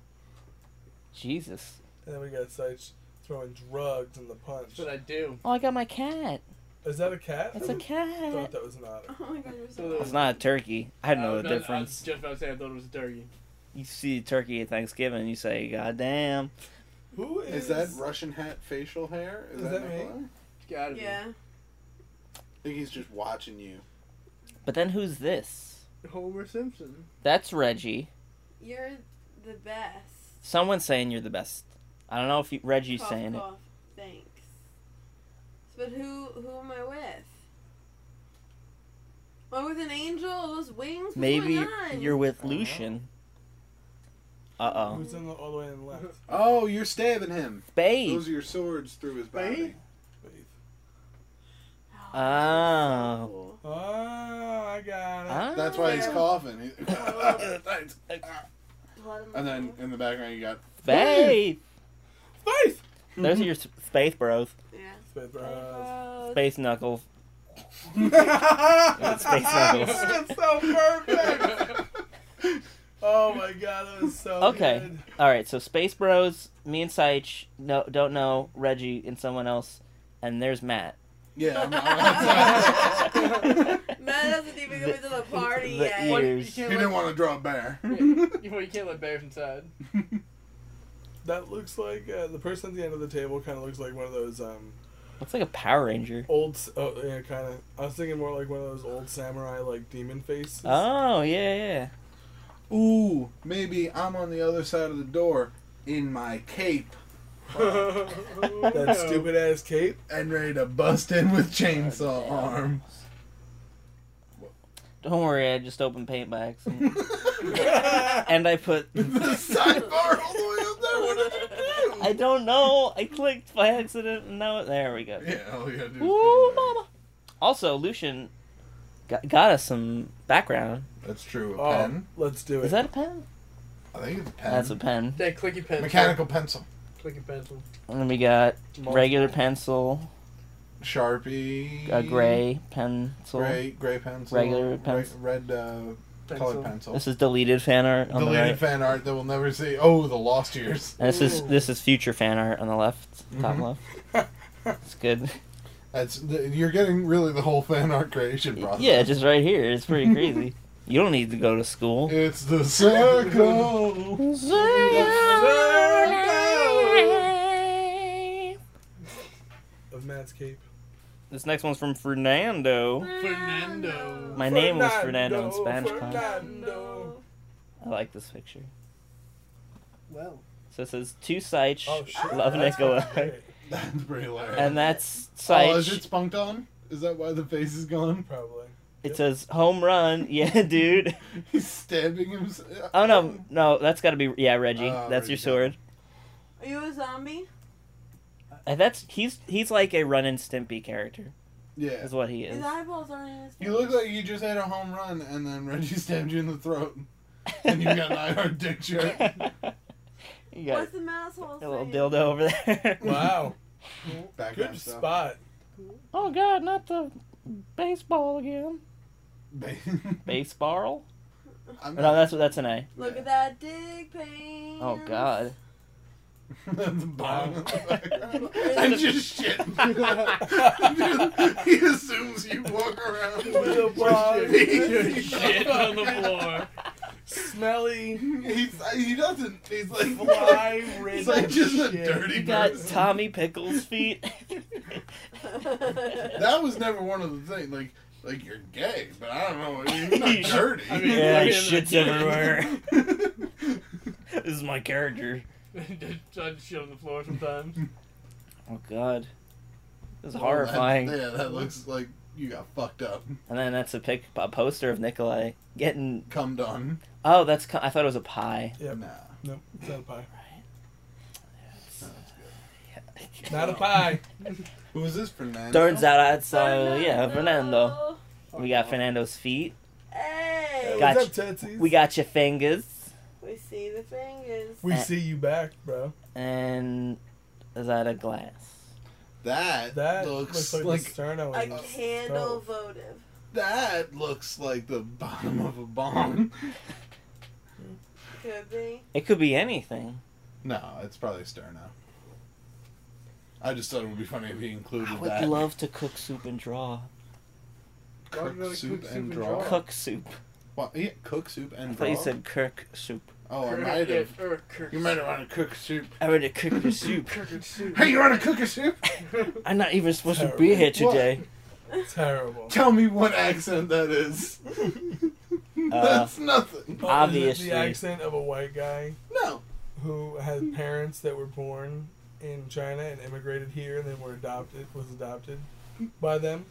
Jesus. And then we got Seich throwing drugs in the punch. That's what I do. Oh, I got my cat. Is that a cat? It's a I cat. thought that was an otter. Oh my god, you're so So It's not a turkey. I know was the about- I difference. was just about to say I thought it was a turkey. you see turkey at Thanksgiving, you say, "God damn!" Who is, Is that Russian hat facial hair? Is that me? Nikolai? It's gotta be. Yeah. I think he's just watching you. But then who's this? Homer Simpson. That's Reggie. You're the best. Someone's saying you're the best. I don't know if you, Reggie's Cough, saying cough. Thanks. But who who am I with? Am I with an angel? Those wings? What's it. Maybe going on? you're with Lucian. Uh oh, Who's in the, all the way in the left? Oh, you're stabbing him. Babe. Those are your swords through his Babe? body. Faith. Oh, Oh, I got it. Ah. That's why he's coughing. He- Blood in my and then mouth. in the background you got Faith. Faith. Those are your s- space bros, Yeah. Faith, uh, bros. space knuckles. it's It's space knuckles. so perfect. Oh my god, that was so Okay. good. All right, so Space Bros, me and Seich, no, don't know Reggie and someone else, and there's Matt. Yeah, I'm, Matt doesn't even go to the party the yet. ear. you Ears. he can't didn't let, want to draw a bear. you, well, you can't let bears inside. That looks like uh, the person at the end of the table kind of looks like one of those um Looks like a Power Ranger. old s- oh yeah kind of. I was thinking more like one of those old samurai like demon faces. Oh yeah, yeah. Ooh, maybe I'm on the other side of the door in my cape that stupid ass cape. and ready to bust in with chainsaw arm. Don't worry, I just opened paint by accident. and I put. the sidebar all the way up there. What did you do? I don't know. I clicked by accident. and now there we go. Yeah, all you gotta do. Is Ooh, put it mama. Also, Lucian got, got us some background. back. That's true. A Oh, pen. let's do it. Is that a pen? I think it's a pen. That's a pen. That clicky pencil. Mechanical pencil. Clicky pencil. And then we got Multiple. regular pencil, Sharpie. a gray pencil. Gray, gray pencil. Regular re- pencil. Red, uh, colored pencil. This is deleted fan art on Deleted the right. fan art that we'll never see. Oh, the lost years. and this is Ooh. this is future fan art on the left, top Mhm. left. It's good. That's the, you're getting really the whole fan art creation process. Yeah, just right here. It's pretty crazy. You don't need to go to school. It's the circle. Circle. Manscaped. This next one's from Fernando. Fernando. My name was Fernando in Spanish class. Fernando. I like this picture. Well. So it says two Seich Oh, shit. love That's Nikolai, great. That's pretty hilarious. and that's Seich. oh, is it spunked on? Is that why the face is gone? Probably. It says home run, yeah, dude. He's stabbing himself. Oh no, no, that's got to be yeah, Reggie. Oh, that's your Reggie. sword. Are you a zombie? And that's he's he's like a Run and Stimpy character, Yeah. is what he His is. eyeballs aren't in his face. You look like you just had a home run, and then Reggie stabbed you in the throat, and you got an I Heart Dick shirt. you got What's the mouse a hole little saying? dildo over there. Wow. Good Background stuff. spot. Oh God, not the baseball again. Baseball? I'm No, uh, that's that's an A. Look at that dig pain. Oh God. the bottom of the background. Really? And just shit. he assumes you walk around Little with bug. shit. Shit on the floor. Smelly, He's, he doesn't. He's like, fly, he's ridden like just a shit. dirty You got person. Tommy Pickles feet. That was never one of the things. Like, like you're gay, but I don't know. You're You not should- dirty. I mean, yeah, like shit's everywhere. this is my character. I just shit on the floor sometimes. Oh God. This is Oh, horrifying. that- yeah, that looks like you got fucked up. And then that's a pic, a poster of Nikolai getting. Come on. Oh, that's. co- I thought it was a pie. Yep. Nah. No, it's not a pie. Sounds good. Not a pie. Who is this Fernando? Turns out I so yeah, Fernando. We Oh. got Fernando's feet. Hey. Got- What's up, Tootsies? We got your fingers, We see the fingers. We see you back, bro. and is that a glass? that, That looks, looks, like, like the stern I was A in. candle votive. that looks like the bottom of a bomb. Could be. It could be anything. No, it's probably Sterno. I just thought it would be funny if he included I would that. love to cook soup and draw. cook Why would I soup and cook soup and draw. draw? Cook soup. What? Yeah, cook soup I and thought draw. you said Kirk soup. oh, I might have. Or Kirk. You might have wanted to cook soup. I want to cook the soup. Kirk and Sue. Hey, you want to cook a soup? I'm not even supposed to be here today. Oh, Terrible. Tell me what accent that is. Uh, That's nothing. But Is it Obviously. the accent of a white guy No. who had parents that were born in China and immigrated here and then were adopted, was adopted by them.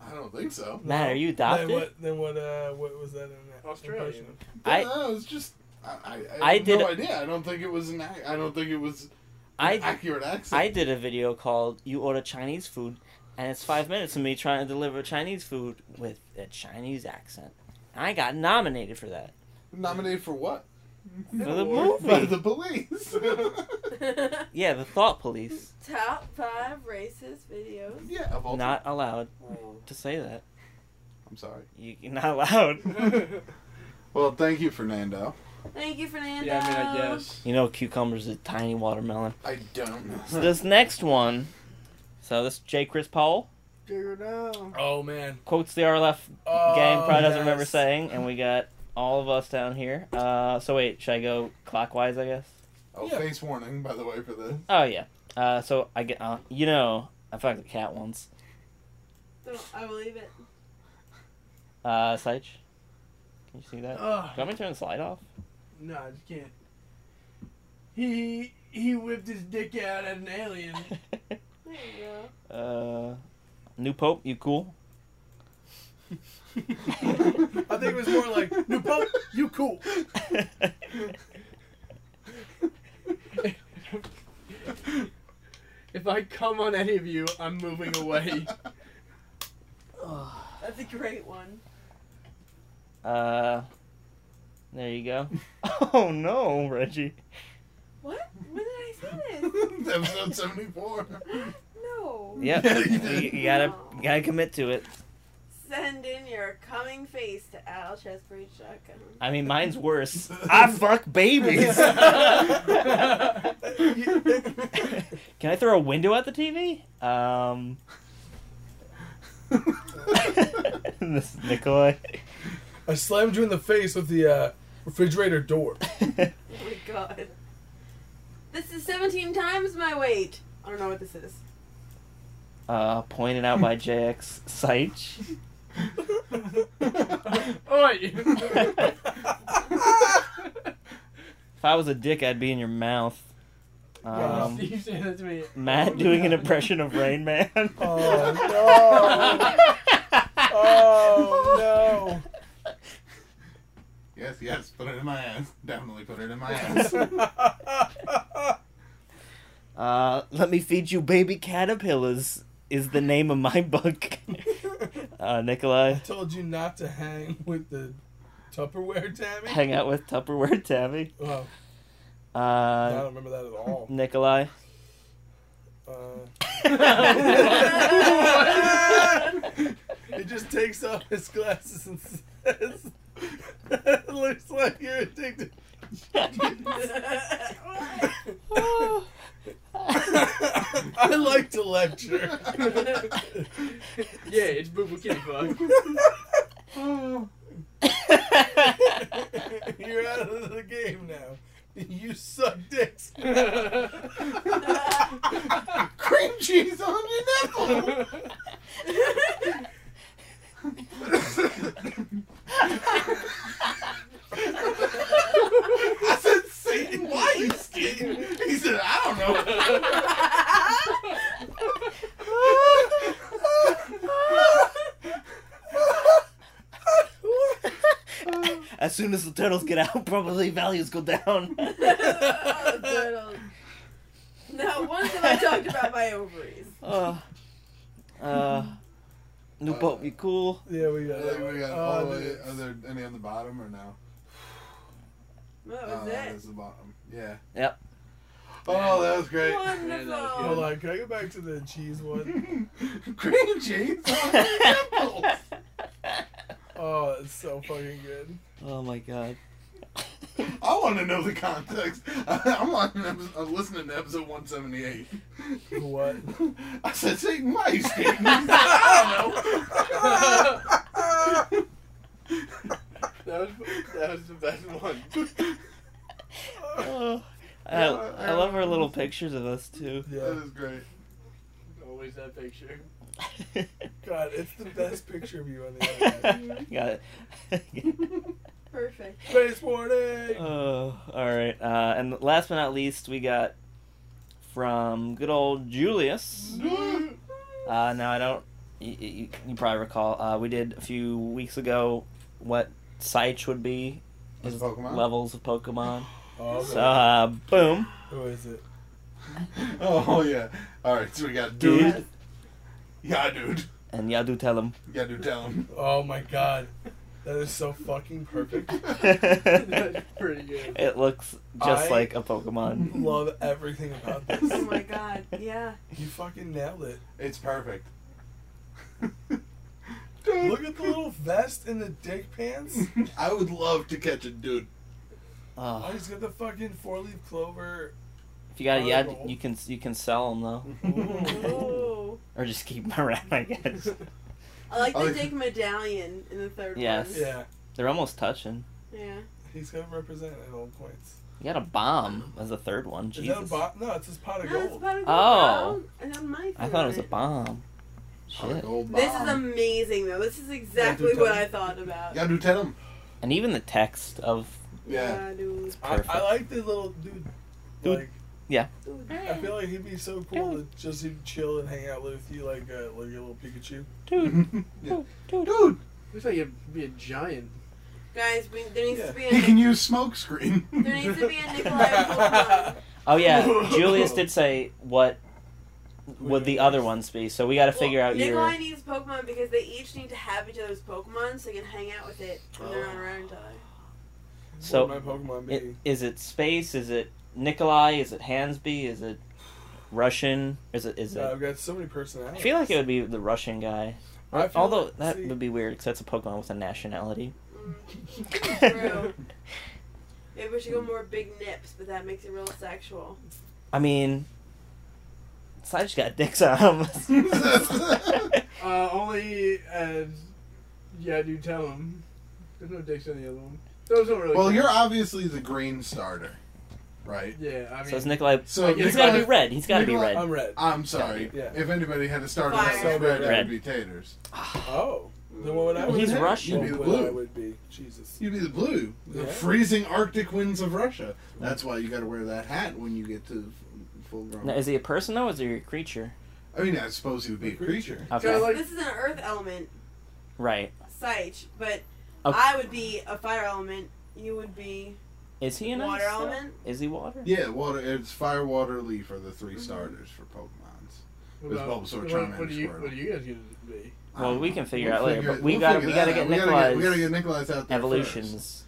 I don't think so. Matt, are you Then adopted? what, then what, uh, what was that in that? Australian. impression? I- no, it's just I, I, I, I have no did- idea. I don't think it was an. ac- I don't think it was an I accurate accent. I did a video called "You Order Chinese Food," and it's five minutes of me trying to deliver Chinese food with a Chinese accent. I got nominated for that Nominated for what? for the By movie. the police. Yeah, the Thought Police. Top five racist videos. yeah, of all Not allowed Wow. to say that. I'm sorry. You- You're not allowed. Well, thank you, Fernando. Thank you, Fernando. Yeah, I mean, I guess. You know, cucumbers a tiny watermelon. I don't know. So this next one. So this J. Chris Paul Figure it out. Oh, man. quotes the RLF Oh, gang probably doesn't remember yes. saying, and we got all of us down here. Uh, so wait, should I go clockwise? I guess. oh, Yeah. face warning, by the way, for this. Oh yeah. Uh, so I get uh, you know I fucked a cat once. Don't- I believe it. Uh, Seich, can you see that? Do Oh. Ugh. you want me to turn the slide off? No, I just can't. He he whipped his dick out at an alien. There you go. uh, new pope, you cool? I think it was more like, New Pope, you cool. If I come on any of you, I'm moving away. That's a great one. uh, there you go. Oh no, Reggie. What? When did I say this? Episode seventy four. No. Yep. you, you gotta you gotta commit to it. Send in your coming face to alchessbreed.com. I mean, mine's worse. I fuck babies. Can I throw a window at the TV? Um. this is Nikolai. I slammed you in the face with the uh, refrigerator door. Oh my god. This is 17 times my weight. I don't know what this is. uh, pointed out by JX Seich. Oi! If I was a dick, I'd be in your mouth. Yeah, Um, Steve said that to me. Oh, Matt doing an impression of Rain Man. Oh, Oh Yes, yes, put it in my ass. Definitely put it in my ass. no! Uh, let me feed you baby caterpillars is the name of my book. uh, Nikolai, I told you not to hang with the Tupperware, Tammy. hang out with Tupperware Tabby. Oh, I Uh, don't remember that at all. Nikolai. Uh, he just takes off his glasses and says, "It "Looks like you're addicted." I like to lecture. yeah, it's Boo Boo Kitty Fuck. You're out of the game now. You suck dicks. Cream cheese on your nipple! I said, Satan, why are you skating? He said, I don't know. As soon as the turtles get out, probably values go down. Now, once have I talked about my ovaries. uh, uh, new boat be cool. Yeah, we got I think it. we got all Oh, the, dude. are there any on the bottom or no? That Oh, was that it. is the bottom. Yeah. Yep. Oh, that was great. Yeah, that was Oh. Wonderful. Hold on, can I go back to the cheese one? Cream cheese on your nipples! Oh, it's so fucking good. Oh my god. I want to know the context. I, I'm, on, episode- I'm listening to episode 178. What? I said, Satan, why are you skating? He said, I That was, that was the best one. Oh, I, I love our little pictures of us too. don't know. Yeah. That is great. Always that picture. God, it's the best picture of you on the internet. Got it. Perfect. Face warning! Oh, all right. Uh, and last but not least, we got from good old Julius. Uh, now I don't. You, you, you probably recall uh, we did a few weeks ago what Saich would be Is it Pokemon? levels of Pokemon. Oh, okay. So uh, boom, Who is it? Oh, yeah. All right, so we got dude. dude, Yeah, dude. and Yadu tell him. Yeah, dude, tell him. Oh my god. That is so fucking perfect. it That's pretty good. looks just I- like a Pokemon. Love everything about this. Oh my god. Yeah. You fucking nailed it. It's perfect. Look at the little vest and the dick pants. I would love to catch a dude. Oh, Oh, he's got the fucking four leaf clover. if you got a Yadu, you can you can sell them though, Ooh. or just keep them around. I guess Oh. I like I the like- dick medallion in the third Yes. one. Yeah, they're almost touching. Yeah. he's gonna represent at all points. You got a bomb as a third one. Is Jesus. that a bot? No, it's his pot of No, it's gold. about to go Oh. down, and then my I thought it was a favorite. bomb. Shit. Gold This bomb. is amazing, though. This is exactly tell what me. I thought about. Yeah, dude, tell him. And even the text of Yeah. dude. I, perfect. I like the little dude. Dude. Like, I Dude. feel like he'd be so cool to just he'd chill and hang out with you like uh, like a little Pikachu. Yeah. Dude, Looks like you'd be a giant. Guys, we, there needs Yeah. to be he can a use smoke screen. there needs to be a Nikolai Pokemon. Oh yeah, Julius did say what would the other ones be. So we got to figure out Nikolai your. needs Pokemon because they each need to have each other's Pokemon so they can hang out with it when Oh. they're not around each other. So- What would my Pokemon be? i- Is it space? Is it Nikolai? Is it Hansby? Is it Russian? Is it is it? Yeah, I've got so many I personalities. feel like it would be the Russian guy. I feel Although like- that see, would be weird because that's a Pokemon with a nationality. Mm, True. Maybe we should go more big nips, but that makes it real sexual. I mean, Side's got dicks on him. Uh, only as. Yeah, do tell him. There's no dicks on the other one. Those don't really. well, count. you're obviously the green starter, right? Yeah, I mean, So it's Nikolai. So He's Nikolai- got to be red. He's got to be Nikolai- red. I'm red. I'm sorry. Yeah. If anybody had to start Fire. with red, red, Red. would be taters. Oh, then what would I? Well, he's would- Russian. What You'd be would blue. I would be Jesus. You'd be the blue, the Yeah. freezing Arctic winds of Russia. That's why you got to wear that hat when you get to f- full grown. Now, is he a person though? Or is he a creature? I mean, I suppose he would be a creature. Okay. This is an earth element, Right. Sage, but Okay. I would be a fire element. You would be Is he an water ice, though? element. Is he water? Yeah, water. It's fire, water, leaf are the 3 Mm-hmm. starters for Pokemon's. What There's about- Bulbasaur, uh, what- Charmander, What do you Squirtle. what do you guys going to be? Well, we can figure out later, figure but it- we we'll gotta- figure we gotta that get out. we Gotta get, we Nikolai's gotta get Nikolai's out there first. Evolutions.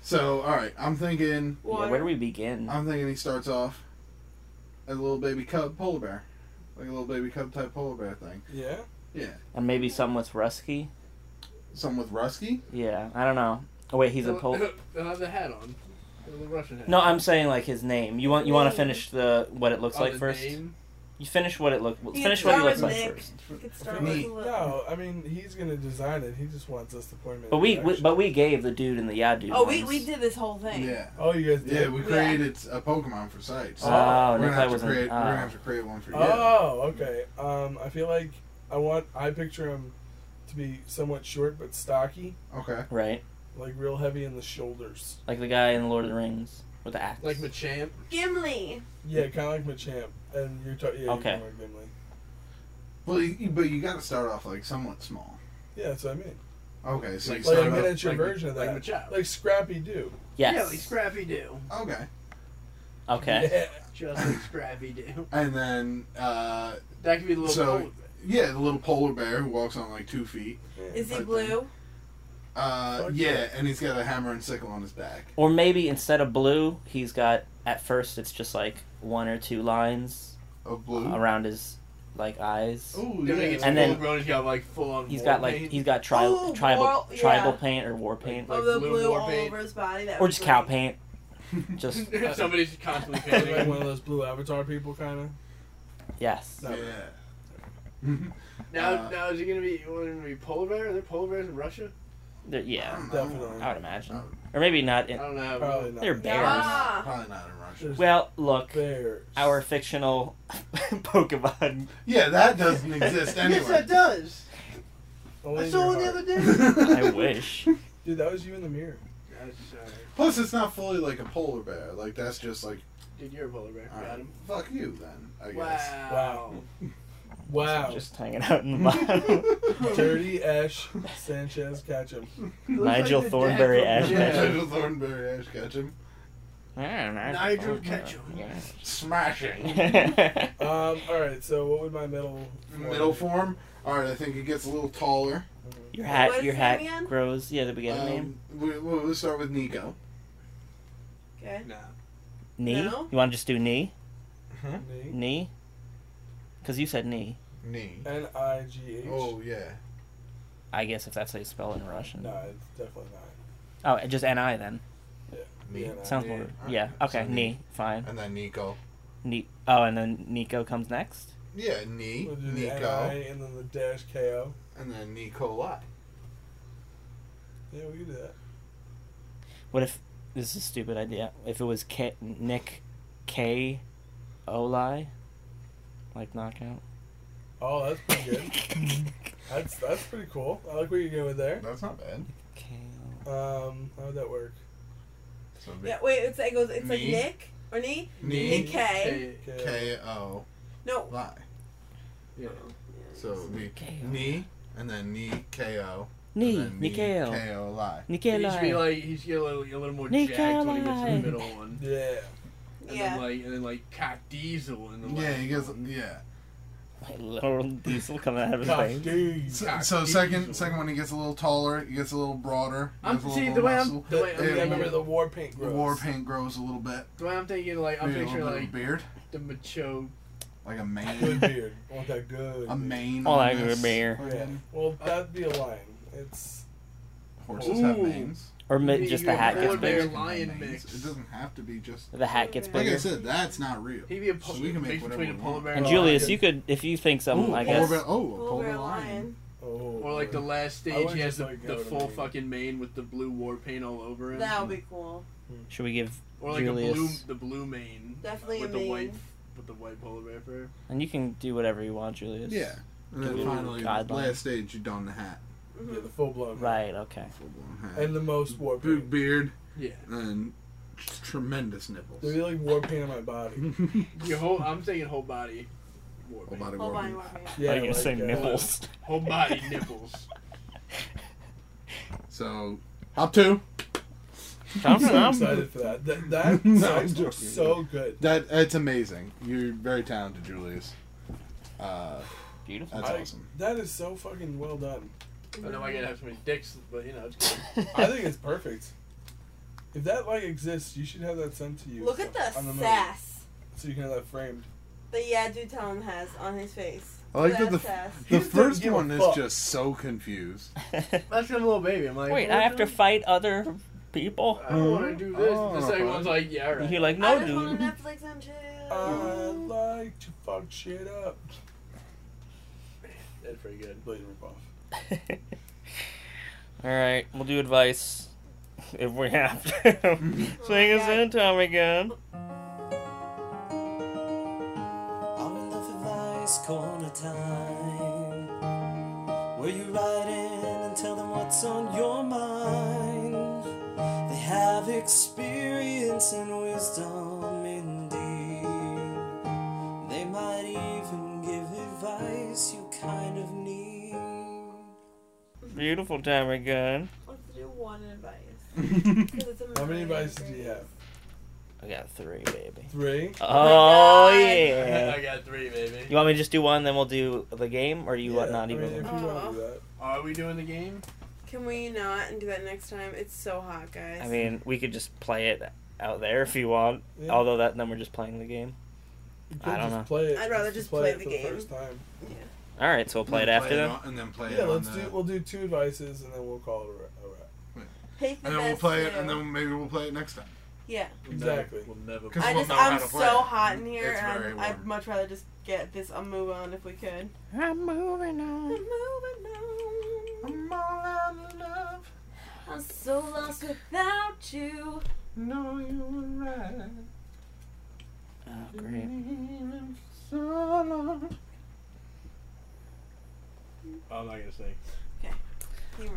So, all right, I'm thinking. Water. Yeah, where do we begin? I'm thinking he starts off as a little baby cub polar bear, like a little baby cub type polar bear thing. Yeah. Yeah, and maybe some with Rusky. some with Rusky. Yeah, I don't know. Oh wait, he's a pol. They'll have the hat on. The little Russian hat. No, I'm saying like his name. You want you want to finish the what it looks On like the first. name. You finish what it look. You Finish can what he start looks with like Nick. first. You could start Me. with a little- No, I mean he's gonna design it. He just wants us to point him. in But the we, we direction. but we gave the dude and the Yadu. Oh, we, ones. we did this whole thing. Yeah, Oh, you guys yeah. did. We Yeah. created a Pokemon for sites. Oh, we're gonna Nikolai have to was create. an. we're gonna Uh, have to create one for you. Oh, okay. Um, I feel like I want. I picture him to be somewhat short but stocky, Okay. right, like real heavy in the shoulders. like the guy in Lord of the Rings with the axe. Like Machamp. Gimli. Yeah, kind of like Machamp. And you're talking. Yeah, Okay. You're talking about Gimli. Well, you, but you got to start off like somewhat small. Yeah, that's what I mean. Okay, so you Like a start off. miniature like- version of that, like Machamp. like Scrappy Doo. Yeah, yes. like Scrappy Doo. Okay, okay. Yeah. Just like Scrappy Doo. and then uh, That could be a little So- cold. yeah, the little polar bear who walks on like two feet. Is he Okay. blue? Uh, Fuck yeah, and he's got a hammer and sickle on his back. Or maybe instead of blue, he's got at first it's just like one or two lines Of blue. around his like eyes. Oh, Then when he gets And and then- then grown, he's got like full on. He's war got like paint. he's got tri- Oh, tribal war- yeah. tribal paint or war paint Of Like the blue blue war all paint. over his body. That or was just cow green. paint. Just Somebody's constantly like painting. one of those blue avatar people, kind of. yes. Yeah. Now, Uh, now is he gonna be? Want him to be polar bear? Are there polar bears in Russia? They're- Yeah, Definitely. I would imagine. Um, Or maybe not. I In- don't know. Probably not. they're bears. Ah. Probably not in Russia. There's Well, look, bears. our fictional Pokemon. Yeah, that doesn't exist Yes, anywhere. that does. Only I in saw your one the heart. other day. I wish. Dude, that was you in the mirror. That's, uh, Plus, it's not fully like a polar bear. Like that's just like, dude, you're a polar bear. all Got right, him. fuck you then. I guess. Wow. Wow. Just hanging out in the bottom. Dirty Ash Sanchez Um, Ketchum. Looks Nigel the dad Thornberry from- Ash- Yeah. Yeah. Nigel Thornberry Ash Ketchum Nigel Ketchum. smashing Yeah. Um, alright, so what would my middle middle form. All right, I think it gets a little taller. Um, Your hat, What is your his hat name again? Um, grows. Yeah, did we get a name? We, we'll, we'll start with Nico. Okay. Nah. Knee? No. You want to just do knee? Knee. Knee? Because you said knee. Knee. N I G H. Oh yeah. I guess if that's how you spell it in Russian. No, it's definitely not. Oh, just N-I then. Knee. Yeah. Sounds more... Yeah, okay, So knee. Fine. And then Nico. Knee. Oh, and then Nico comes next? Yeah, knee. We'll do the N I Nico. and then the dash K O. And then Nikolai. Yeah, we can do that. What if... This is a stupid idea. If it was K- Nick K. Oli? Like knockout? Oh, that's pretty good. that's that's pretty cool. I like where you're going there. That's not bad. K. Um, how would that work? So Yeah. Wait. It's like it goes. It's like Knee. Nick or knee. Knee. Nick K. K-O. K O No. Y. Yeah. So it would be K-O. knee and then knee K O. Knee. Nico. Oh, K O lie. He should be Nikolai. like he's get a little, a little more jacked when he gets to the Nikolai. middle one, Yeah. and then Yeah. like and then like cock diesel in the Yeah, last he goes. one. Yeah. Little diesel coming out of his Gosh, veins. dude. So, Cock so diesel. second, second one, he gets a little taller. He gets a little broader. he I'm gets a see little the more way I'm muscle. the way I mean, I I'm, remember thinking- the war paint The grows. war paint grows a little bit. the way I'm thinking like I'm Maybe a picturing little bit of like beard, the macho. like a Good mane, beard. Want that good. a beard. mane. Oh, on like a this. bear. Yeah. Well, that'd be a lion. It's Horses have Ooh. manes. Or Yeah, mid, you just the get hat more gets Polar bear Horses bigger. have lion manes. mix. It doesn't have to be just. The hat gets Like I bigger. said, that's not real. He'd be a po- So we can make mix whatever between a we polar want. bear And a Julius, lion. you could, if you think something, Ooh, I polar guess. bear- oh, a Polar polar bear lion. oh. Or like the last I stage, would he has just the, like go the to full me. fucking mane with the blue war paint all over him. That would be cool. Should we give Or like a blue, Julius? the blue mane. Definitely with a the mane. white, with the white polar bear fur. And you can do whatever you want, Julius. Yeah. And then Give it a finally, guideline. last stage, you don the hat. Yeah, Mhm. the full blown. Right. Okay. Full blown hat. And the most war Big paint. beard Yeah. and t- tremendous nipples. They're like war paint on my body. Your whole, I'm saying whole body. War Whole paint. body Whole body warping. warping. Yeah, I was gonna say uh, nipples. Whole body nipples. So, hop two. I'm I'm, so I'm- excited for that. That, that No, I'm sounds joking. so good. That it's amazing. You're very talented, Julius. Uh, beautiful. that's I- awesome. That is so fucking well done. I know I gotta have so many dicks, but you know it's good. I think it's perfect. If that like exists, you should have that sent to you. Look so- at the on the moon, sass So you can have that framed. that yeah, dude Tom has on his face. I like that That the sass. the just doesn't first give a one is fuck. just so confused. That's your little baby. I'm like, Wait, what I have the- to fight other people. I don't want to do this. Oh. the second one's like, yeah, right. You're like, I no, just want dude. a Netflix and Uh. chill. Uh, I like to fuck shit up. That's pretty good. Blade ripoff. All right, we'll do advice if we have to. Sing us in, Tom again. I'm in love with Ice Corner Time. Where you write in and tell them what's on your mind. They have experience and wisdom indeed. They might even give advice you kind of need. Beautiful Tom again. Let's do one advice. 'Cause it's a How many million advices do you have? degrees. I got three, baby. Three. Oh, God. yeah. I got three, baby. You want me to just do one, then we'll do the game, or do you want Yeah, not I even? mean, if you want to do that. Are we doing the game? Can we not and do that next time? It's so hot, guys. I mean, we could just play it out there if you want. Yeah. Although that then we're just playing the game. You I could don't just know. Play it, I'd rather just play it the for game. The first time. All right, so we'll play it after it then. on- and then play Yeah, it. let's on do. the- We'll do two advices and then we'll call it a wrap- a wrap. Take the And then we'll best play it, two. and then maybe we'll play it next time. yeah. We'll Exactly. Never, we'll never. 'Cause I we'll just know how I'm to so play it. hot in here, It's very and I'm, I'd warm. much rather just get this. I'll move on if we could. I'm moving on. I'm moving on. I'm all out of love. I'm so lost without you. No, you were right. Oh, great. So long. I'm not gonna say. You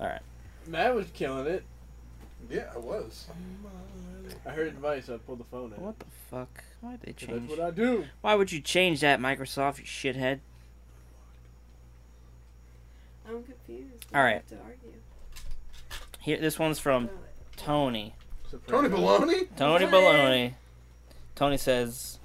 remember. Matt was killing it. Yeah, I was. I heard advice. I pulled the phone in. What the fuck? Why'd they That's change? what I do. Why would you change that, Microsoft? You shithead. I'm confused. All I right. Mm. have to argue Here, this one's from about it. Tony. Tony Baloney? Tony Hey. Baloney. Tony says,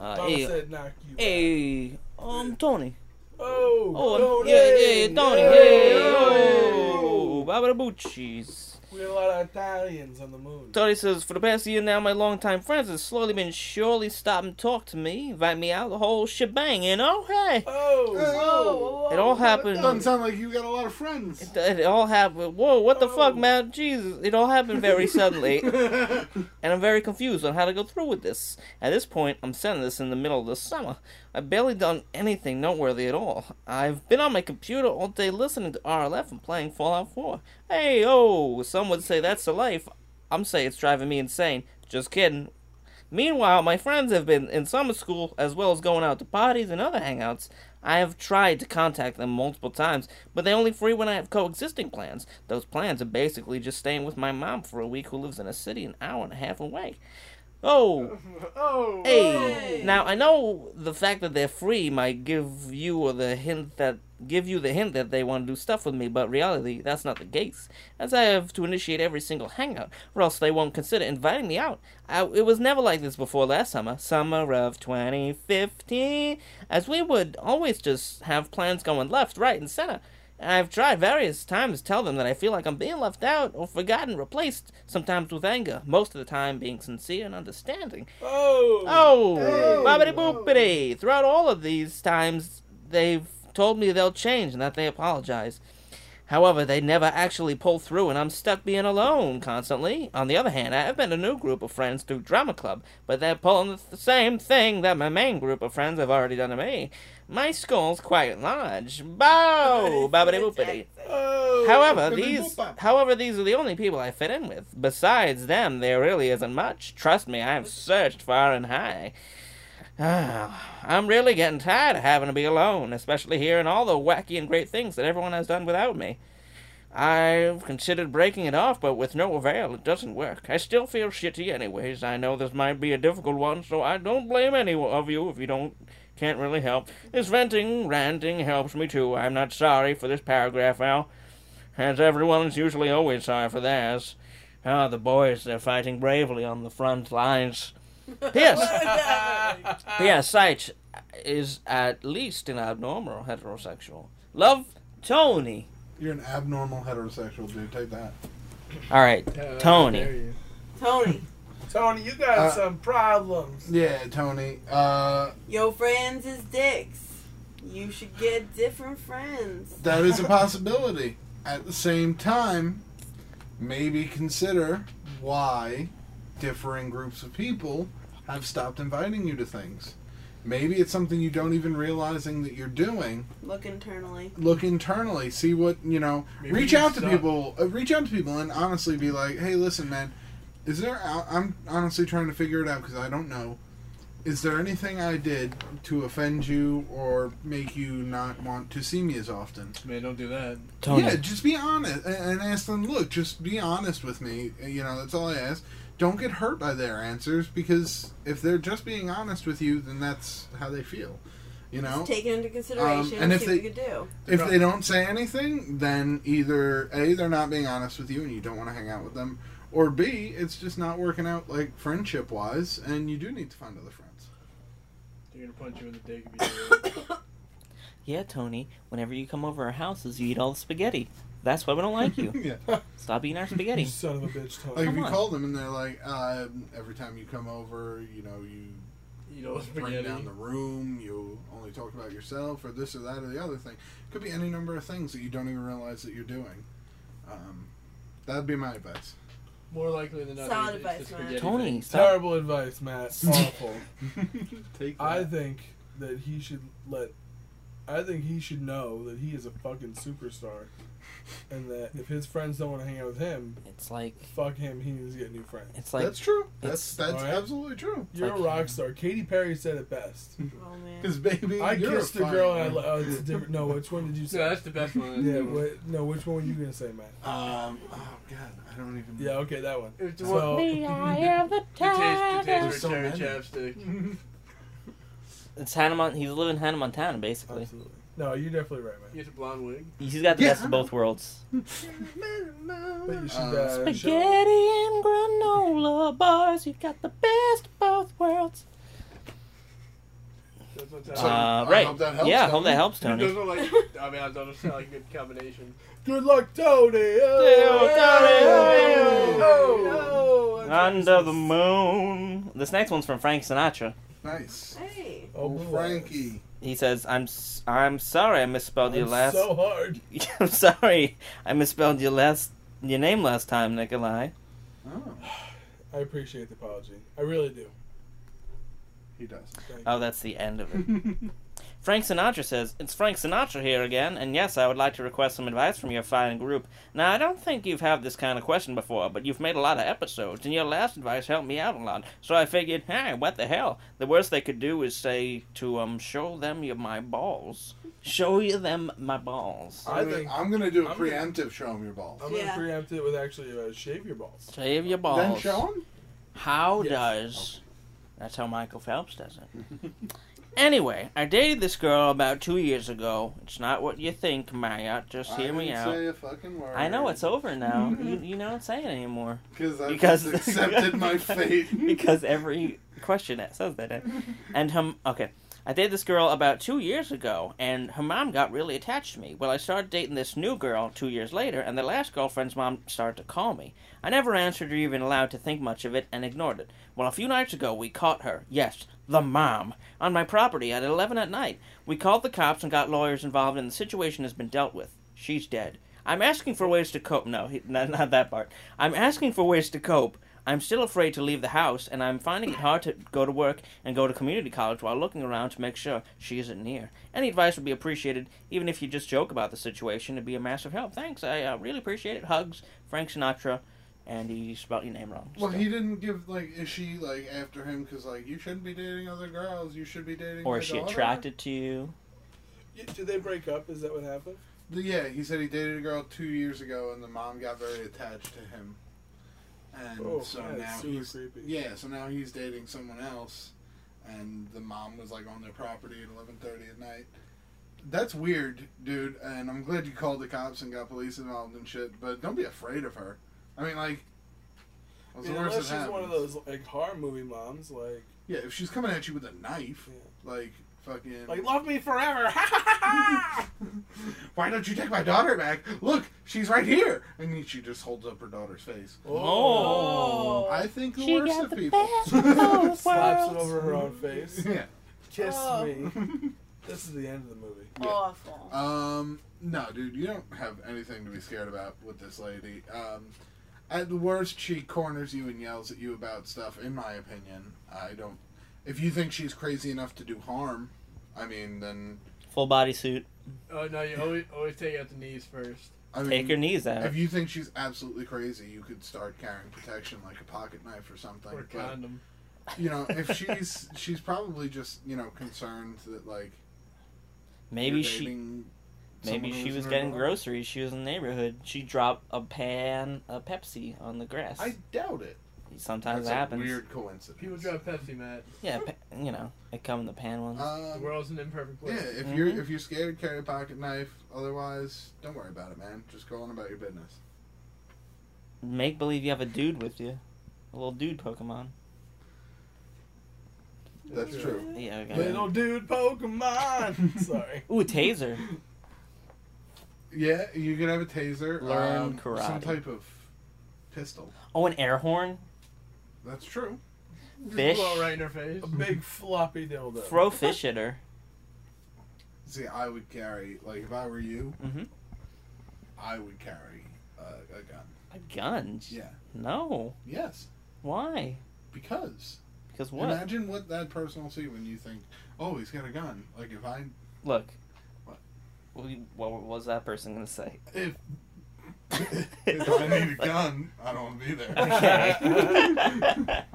uh, Tom hey, said, "Knock you." out." hey, um, Tony. Oh. Oh, Tony. yeah, yeah, Tony. Hey, oh, Baba Bucci's. We're a lot of Italians on the moon. Tony says, for the past year now, my longtime friends have slowly been surely stop and talk to me, invite me out, the whole shebang, you know? Hey. Oh. Oh, It all happened. Doesn't sound like you got a lot of friends. It, it all happened. Whoa, what the fuck, Oh. man? Jesus. It all happened very suddenly. and I'm very confused on how to go through with this. At this point, I'm sending this in the middle of the summer. I've barely done anything noteworthy at all. I've been on my computer all day listening to RLF and playing Fallout 4. Hey, oh, some would say that's the life. I'm saying it's driving me insane. Just kidding. Meanwhile, my friends have been in summer school as well as going out to parties and other hangouts. I have tried to contact them multiple times, but they only free when I have coexisting plans. Those plans are basically just staying with my mom for a week who lives in a city an hour and a half away. Oh, Oh. hey. Now I know the fact that they're free might give you or the hint that give you the hint that they want to do stuff with me, but reality that's not the case. As I have to initiate every single hangout, or else they won't consider inviting me out. I, it was never like this before last summer, summer of 2015, as we would always just have plans going left, right, and center. And I've tried various times to tell them that I feel like I'm being left out or forgotten, replaced, sometimes with anger, most of the time being sincere and understanding. Oh. Oh, bobbity boopity. Throughout all of these times, they've told me they'll change and that they apologize. However, they never actually pull through, and I'm stuck being alone constantly. On the other hand, I have been a new group of friends through Drama Club, but they're pulling the th- same thing that my main group of friends have already done to me. My skull's quite large. Bow, bobbity boopity. Jackson. Oh. However, these however these are the only people I fit in with. Besides them, there really isn't much. Trust me, I've searched far and high. Ah, I'm really getting tired of having to be alone, especially hearing all the wacky and great things that everyone has done without me. I've considered breaking it off, but with no avail, it doesn't work. I still feel shitty anyways. I know this might be a difficult one, so I don't blame any of you if you don't can't really help. This venting, ranting helps me too. I'm not sorry for this paragraph, Al. As everyone is usually always sorry for theirs. Ah, the boys, they're fighting bravely on the front lines. P.S. P.S. Sight is at least an abnormal heterosexual. Love, Tony. You're an abnormal heterosexual dude. Take that. All right, Uh, there Tony. you- Tony, Tony, you got Uh, some problems. Yeah, Tony. Uh, your friends is dicks. You should get different friends. that is a possibility. At the same time, maybe consider why differing groups of people have stopped inviting you to things. Maybe it's something you don't even realizing that you're doing. Look internally. Look internally, see what you know. Maybe reach you out to suck. people. Uh, reach out to people and honestly be like, "Hey, listen, man. Is there? I- I'm honestly trying to figure it out because I don't know. Is there anything I did to offend you or make you not want to see me as often?" Man, don't do that. Tony. Yeah, just be honest a- and ask them. Look, just be honest with me. uh, You know, that's all I ask. Don't get hurt by their answers because if they're just being honest with you, then that's how they feel. You know, Just take it into consideration Um, and and if see they- what you can do. if they don't say anything, then either a they're not being honest with you and you don't want to hang out with them, or b it's just not working out like friendship wise, and you do need to find other friends. They're gonna punch you in the dick if you do that. Yeah, Tony. Whenever you come over our houses, you eat all the spaghetti. That's why we don't like you. yeah. Stop eating our You spaghetti. son of a bitch, Tony. Like if Come you on. call them and they're like, uh, every time you come over, you know you You know, bring spaghetti. down the room, you only talk about yourself, or this or that or the other thing. Could be any number of things that you don't even realize that you're doing. Um, that'd be my advice. More likely than not. Solid it's advice, the Matt. spaghetti Tony, thing. stop. Terrible advice, Matt. Awful. Take I think that he should let. I think he should know that he is a fucking superstar, and that if his friends don't want to hang out with him, It's like fuck him. He needs to get new friends. it's like that's true. That's it's- that's Alright. absolutely true. You're like- a rock star. Katy Perry said it best. Oh man. Because baby, I you're kissed a fine girl and I. woman. Lo- oh, it's different. No, which one did you No, say? that's the best one. yeah. What, no, which one were you gonna say, Matt? Um, oh god, I don't even. Yeah. Okay, that one. It's the So- one. The taste, the There's taste so for cherry many. chapstick. it's Hannah. Mon- he's living Hannah Montana basically. Absolutely. No, you're definitely right, He Matt. has a blonde wig. He's got the Yeah, best I of both worlds. But you should. Um, uh, Spaghetti show- and granola bars. You've got the best of both worlds. That's what's So, happening. uh, I right. hope that helps, yeah, I hope Tony. that helps, It Tony. doesn't like. I mean, I don't sound like a good combination. Good luck, Tony. Tony, Oh, no, that's Under the moon. This next one's from Frank Sinatra. Nice. Hey. Oh, Oh, Frankie. He says, "I'm s- I'm sorry I misspelled your I'm last. so hard. I'm sorry I misspelled your last your name last time, Nikolai. Oh, I appreciate the apology. I really do. he does. Thank Oh, that's the end of it. Frank Sinatra says, It's Frank Sinatra here again, and yes, I would like to request some advice from your fine group. Now, I don't think you've had this kind of question before, but you've made a lot of episodes, and your last advice helped me out a lot. So I figured, hey, what the hell? The worst they could do is say to, um, show them your, my balls. Show you them my balls. I I'm gonna- think- I'm gonna do a I'm gonna- preemptive show him your balls. I'm gonna Yeah. preempt it with actually uh, shave your balls. Shave your balls. Then show him. How Yes. does. That's how Michael Phelps does it. anyway, I dated this girl about two years ago. It's not what you think, Maya. Just I hear me didn't out. Say a fucking word. I know it's over now. you, you don't say it anymore Because I Because- because accepted my fate. because every question that says that. eh? And her okay, I dated this girl about two years ago, and her mom got really attached to me. Well, I started dating this new girl two years later, and the last girlfriend's mom started to call me. I never answered or even allowed to think much of it, and ignored it. Well, a few nights ago, we caught her. Yes, the mom on my property at eleven at night. We called the cops and got lawyers involved, and the situation has been dealt with. She's dead. I'm asking for ways to cope. No, he, not, not that part. I'm asking for ways to cope. I'm still afraid to leave the house, and I'm finding it hard to go to work and go to community college while looking around to make sure she isn't near. Any advice would be appreciated, even if you just joke about the situation. It'd be a massive help. Thanks. I uh, really appreciate it. Hugs, Frank Sinatra, and he spelled your name wrong. Well, So- he didn't give like. Is she like after him? Because like you shouldn't be dating other girls. You should be dating. or my is she daughter." attracted to you? Y- Did they break up? Is that what happened? Yeah, he said he dated a girl two years ago, and the mom got very attached to him, and Oh, so yeah, now it's super he's creepy. yeah, so now he's dating someone else, and the mom was like on their property at eleven thirty at night. That's weird, dude. And I'm glad you called the cops and got police involved and shit. But don't be afraid of her. I mean, like, what's Yeah, the worst unless that she's happens? one of those like horror movie moms, like Yeah, if she's coming at you with a knife, like fucking, like love me forever. why don't you take my daughter back? Look, she's right here, and she just holds up her daughter's face. Oh. I think the She worst got of the people. best of both slaps it worlds. over her own face. yeah. Kiss Oh. me. This is the end of the movie. Awful. Um. No, dude, you don't have anything to be scared about with this lady. Um, at the worst, she corners you and yells at you about stuff. In my opinion, I don't. If you think she's crazy enough to do harm, I mean, then Full body suit. Oh no, you always always take out the knees first. I mean, Take your knees out. if you think she's absolutely crazy, you could start carrying protection like a pocket knife or something. Or a but- condom. you know, if she's she's probably just you know concerned that like Maybe you're she dating someone maybe who she isn't was her getting daughter. groceries. She was in the neighborhood. She dropped a pan of Pepsi on the grass. I doubt it. Sometimes That's it a happens. weird coincidence. People drop Pepsi, Matt. Yeah, pa- you know, it come in the pan ones. The Um, world's an imperfect yeah, place. if you're Mhm. if you're scared, carry a pocket knife. Otherwise, don't worry about it, man. Just go on about your business. Make believe you have a dude with you, a little dude Pokemon. That's true. Yeah. Okay. Little dude Pokemon. Sorry. Ooh, taser. Yeah, you could have a taser, Learn um, some karate. type of pistol. Oh, an air horn. That's true. Fish. Blow it right in her face. A big floppy dildo. Throw fish at her. See, I would carry like if I were you, Mhm. I would carry uh, a gun. A gun. Yeah. No. Yes, Why? because Because what? Imagine what that person will see when you think, "Oh, he's got a gun." Like if I, Look. What? We- What was that person gonna say? if if I need a gun, I don't want to be there. Okay.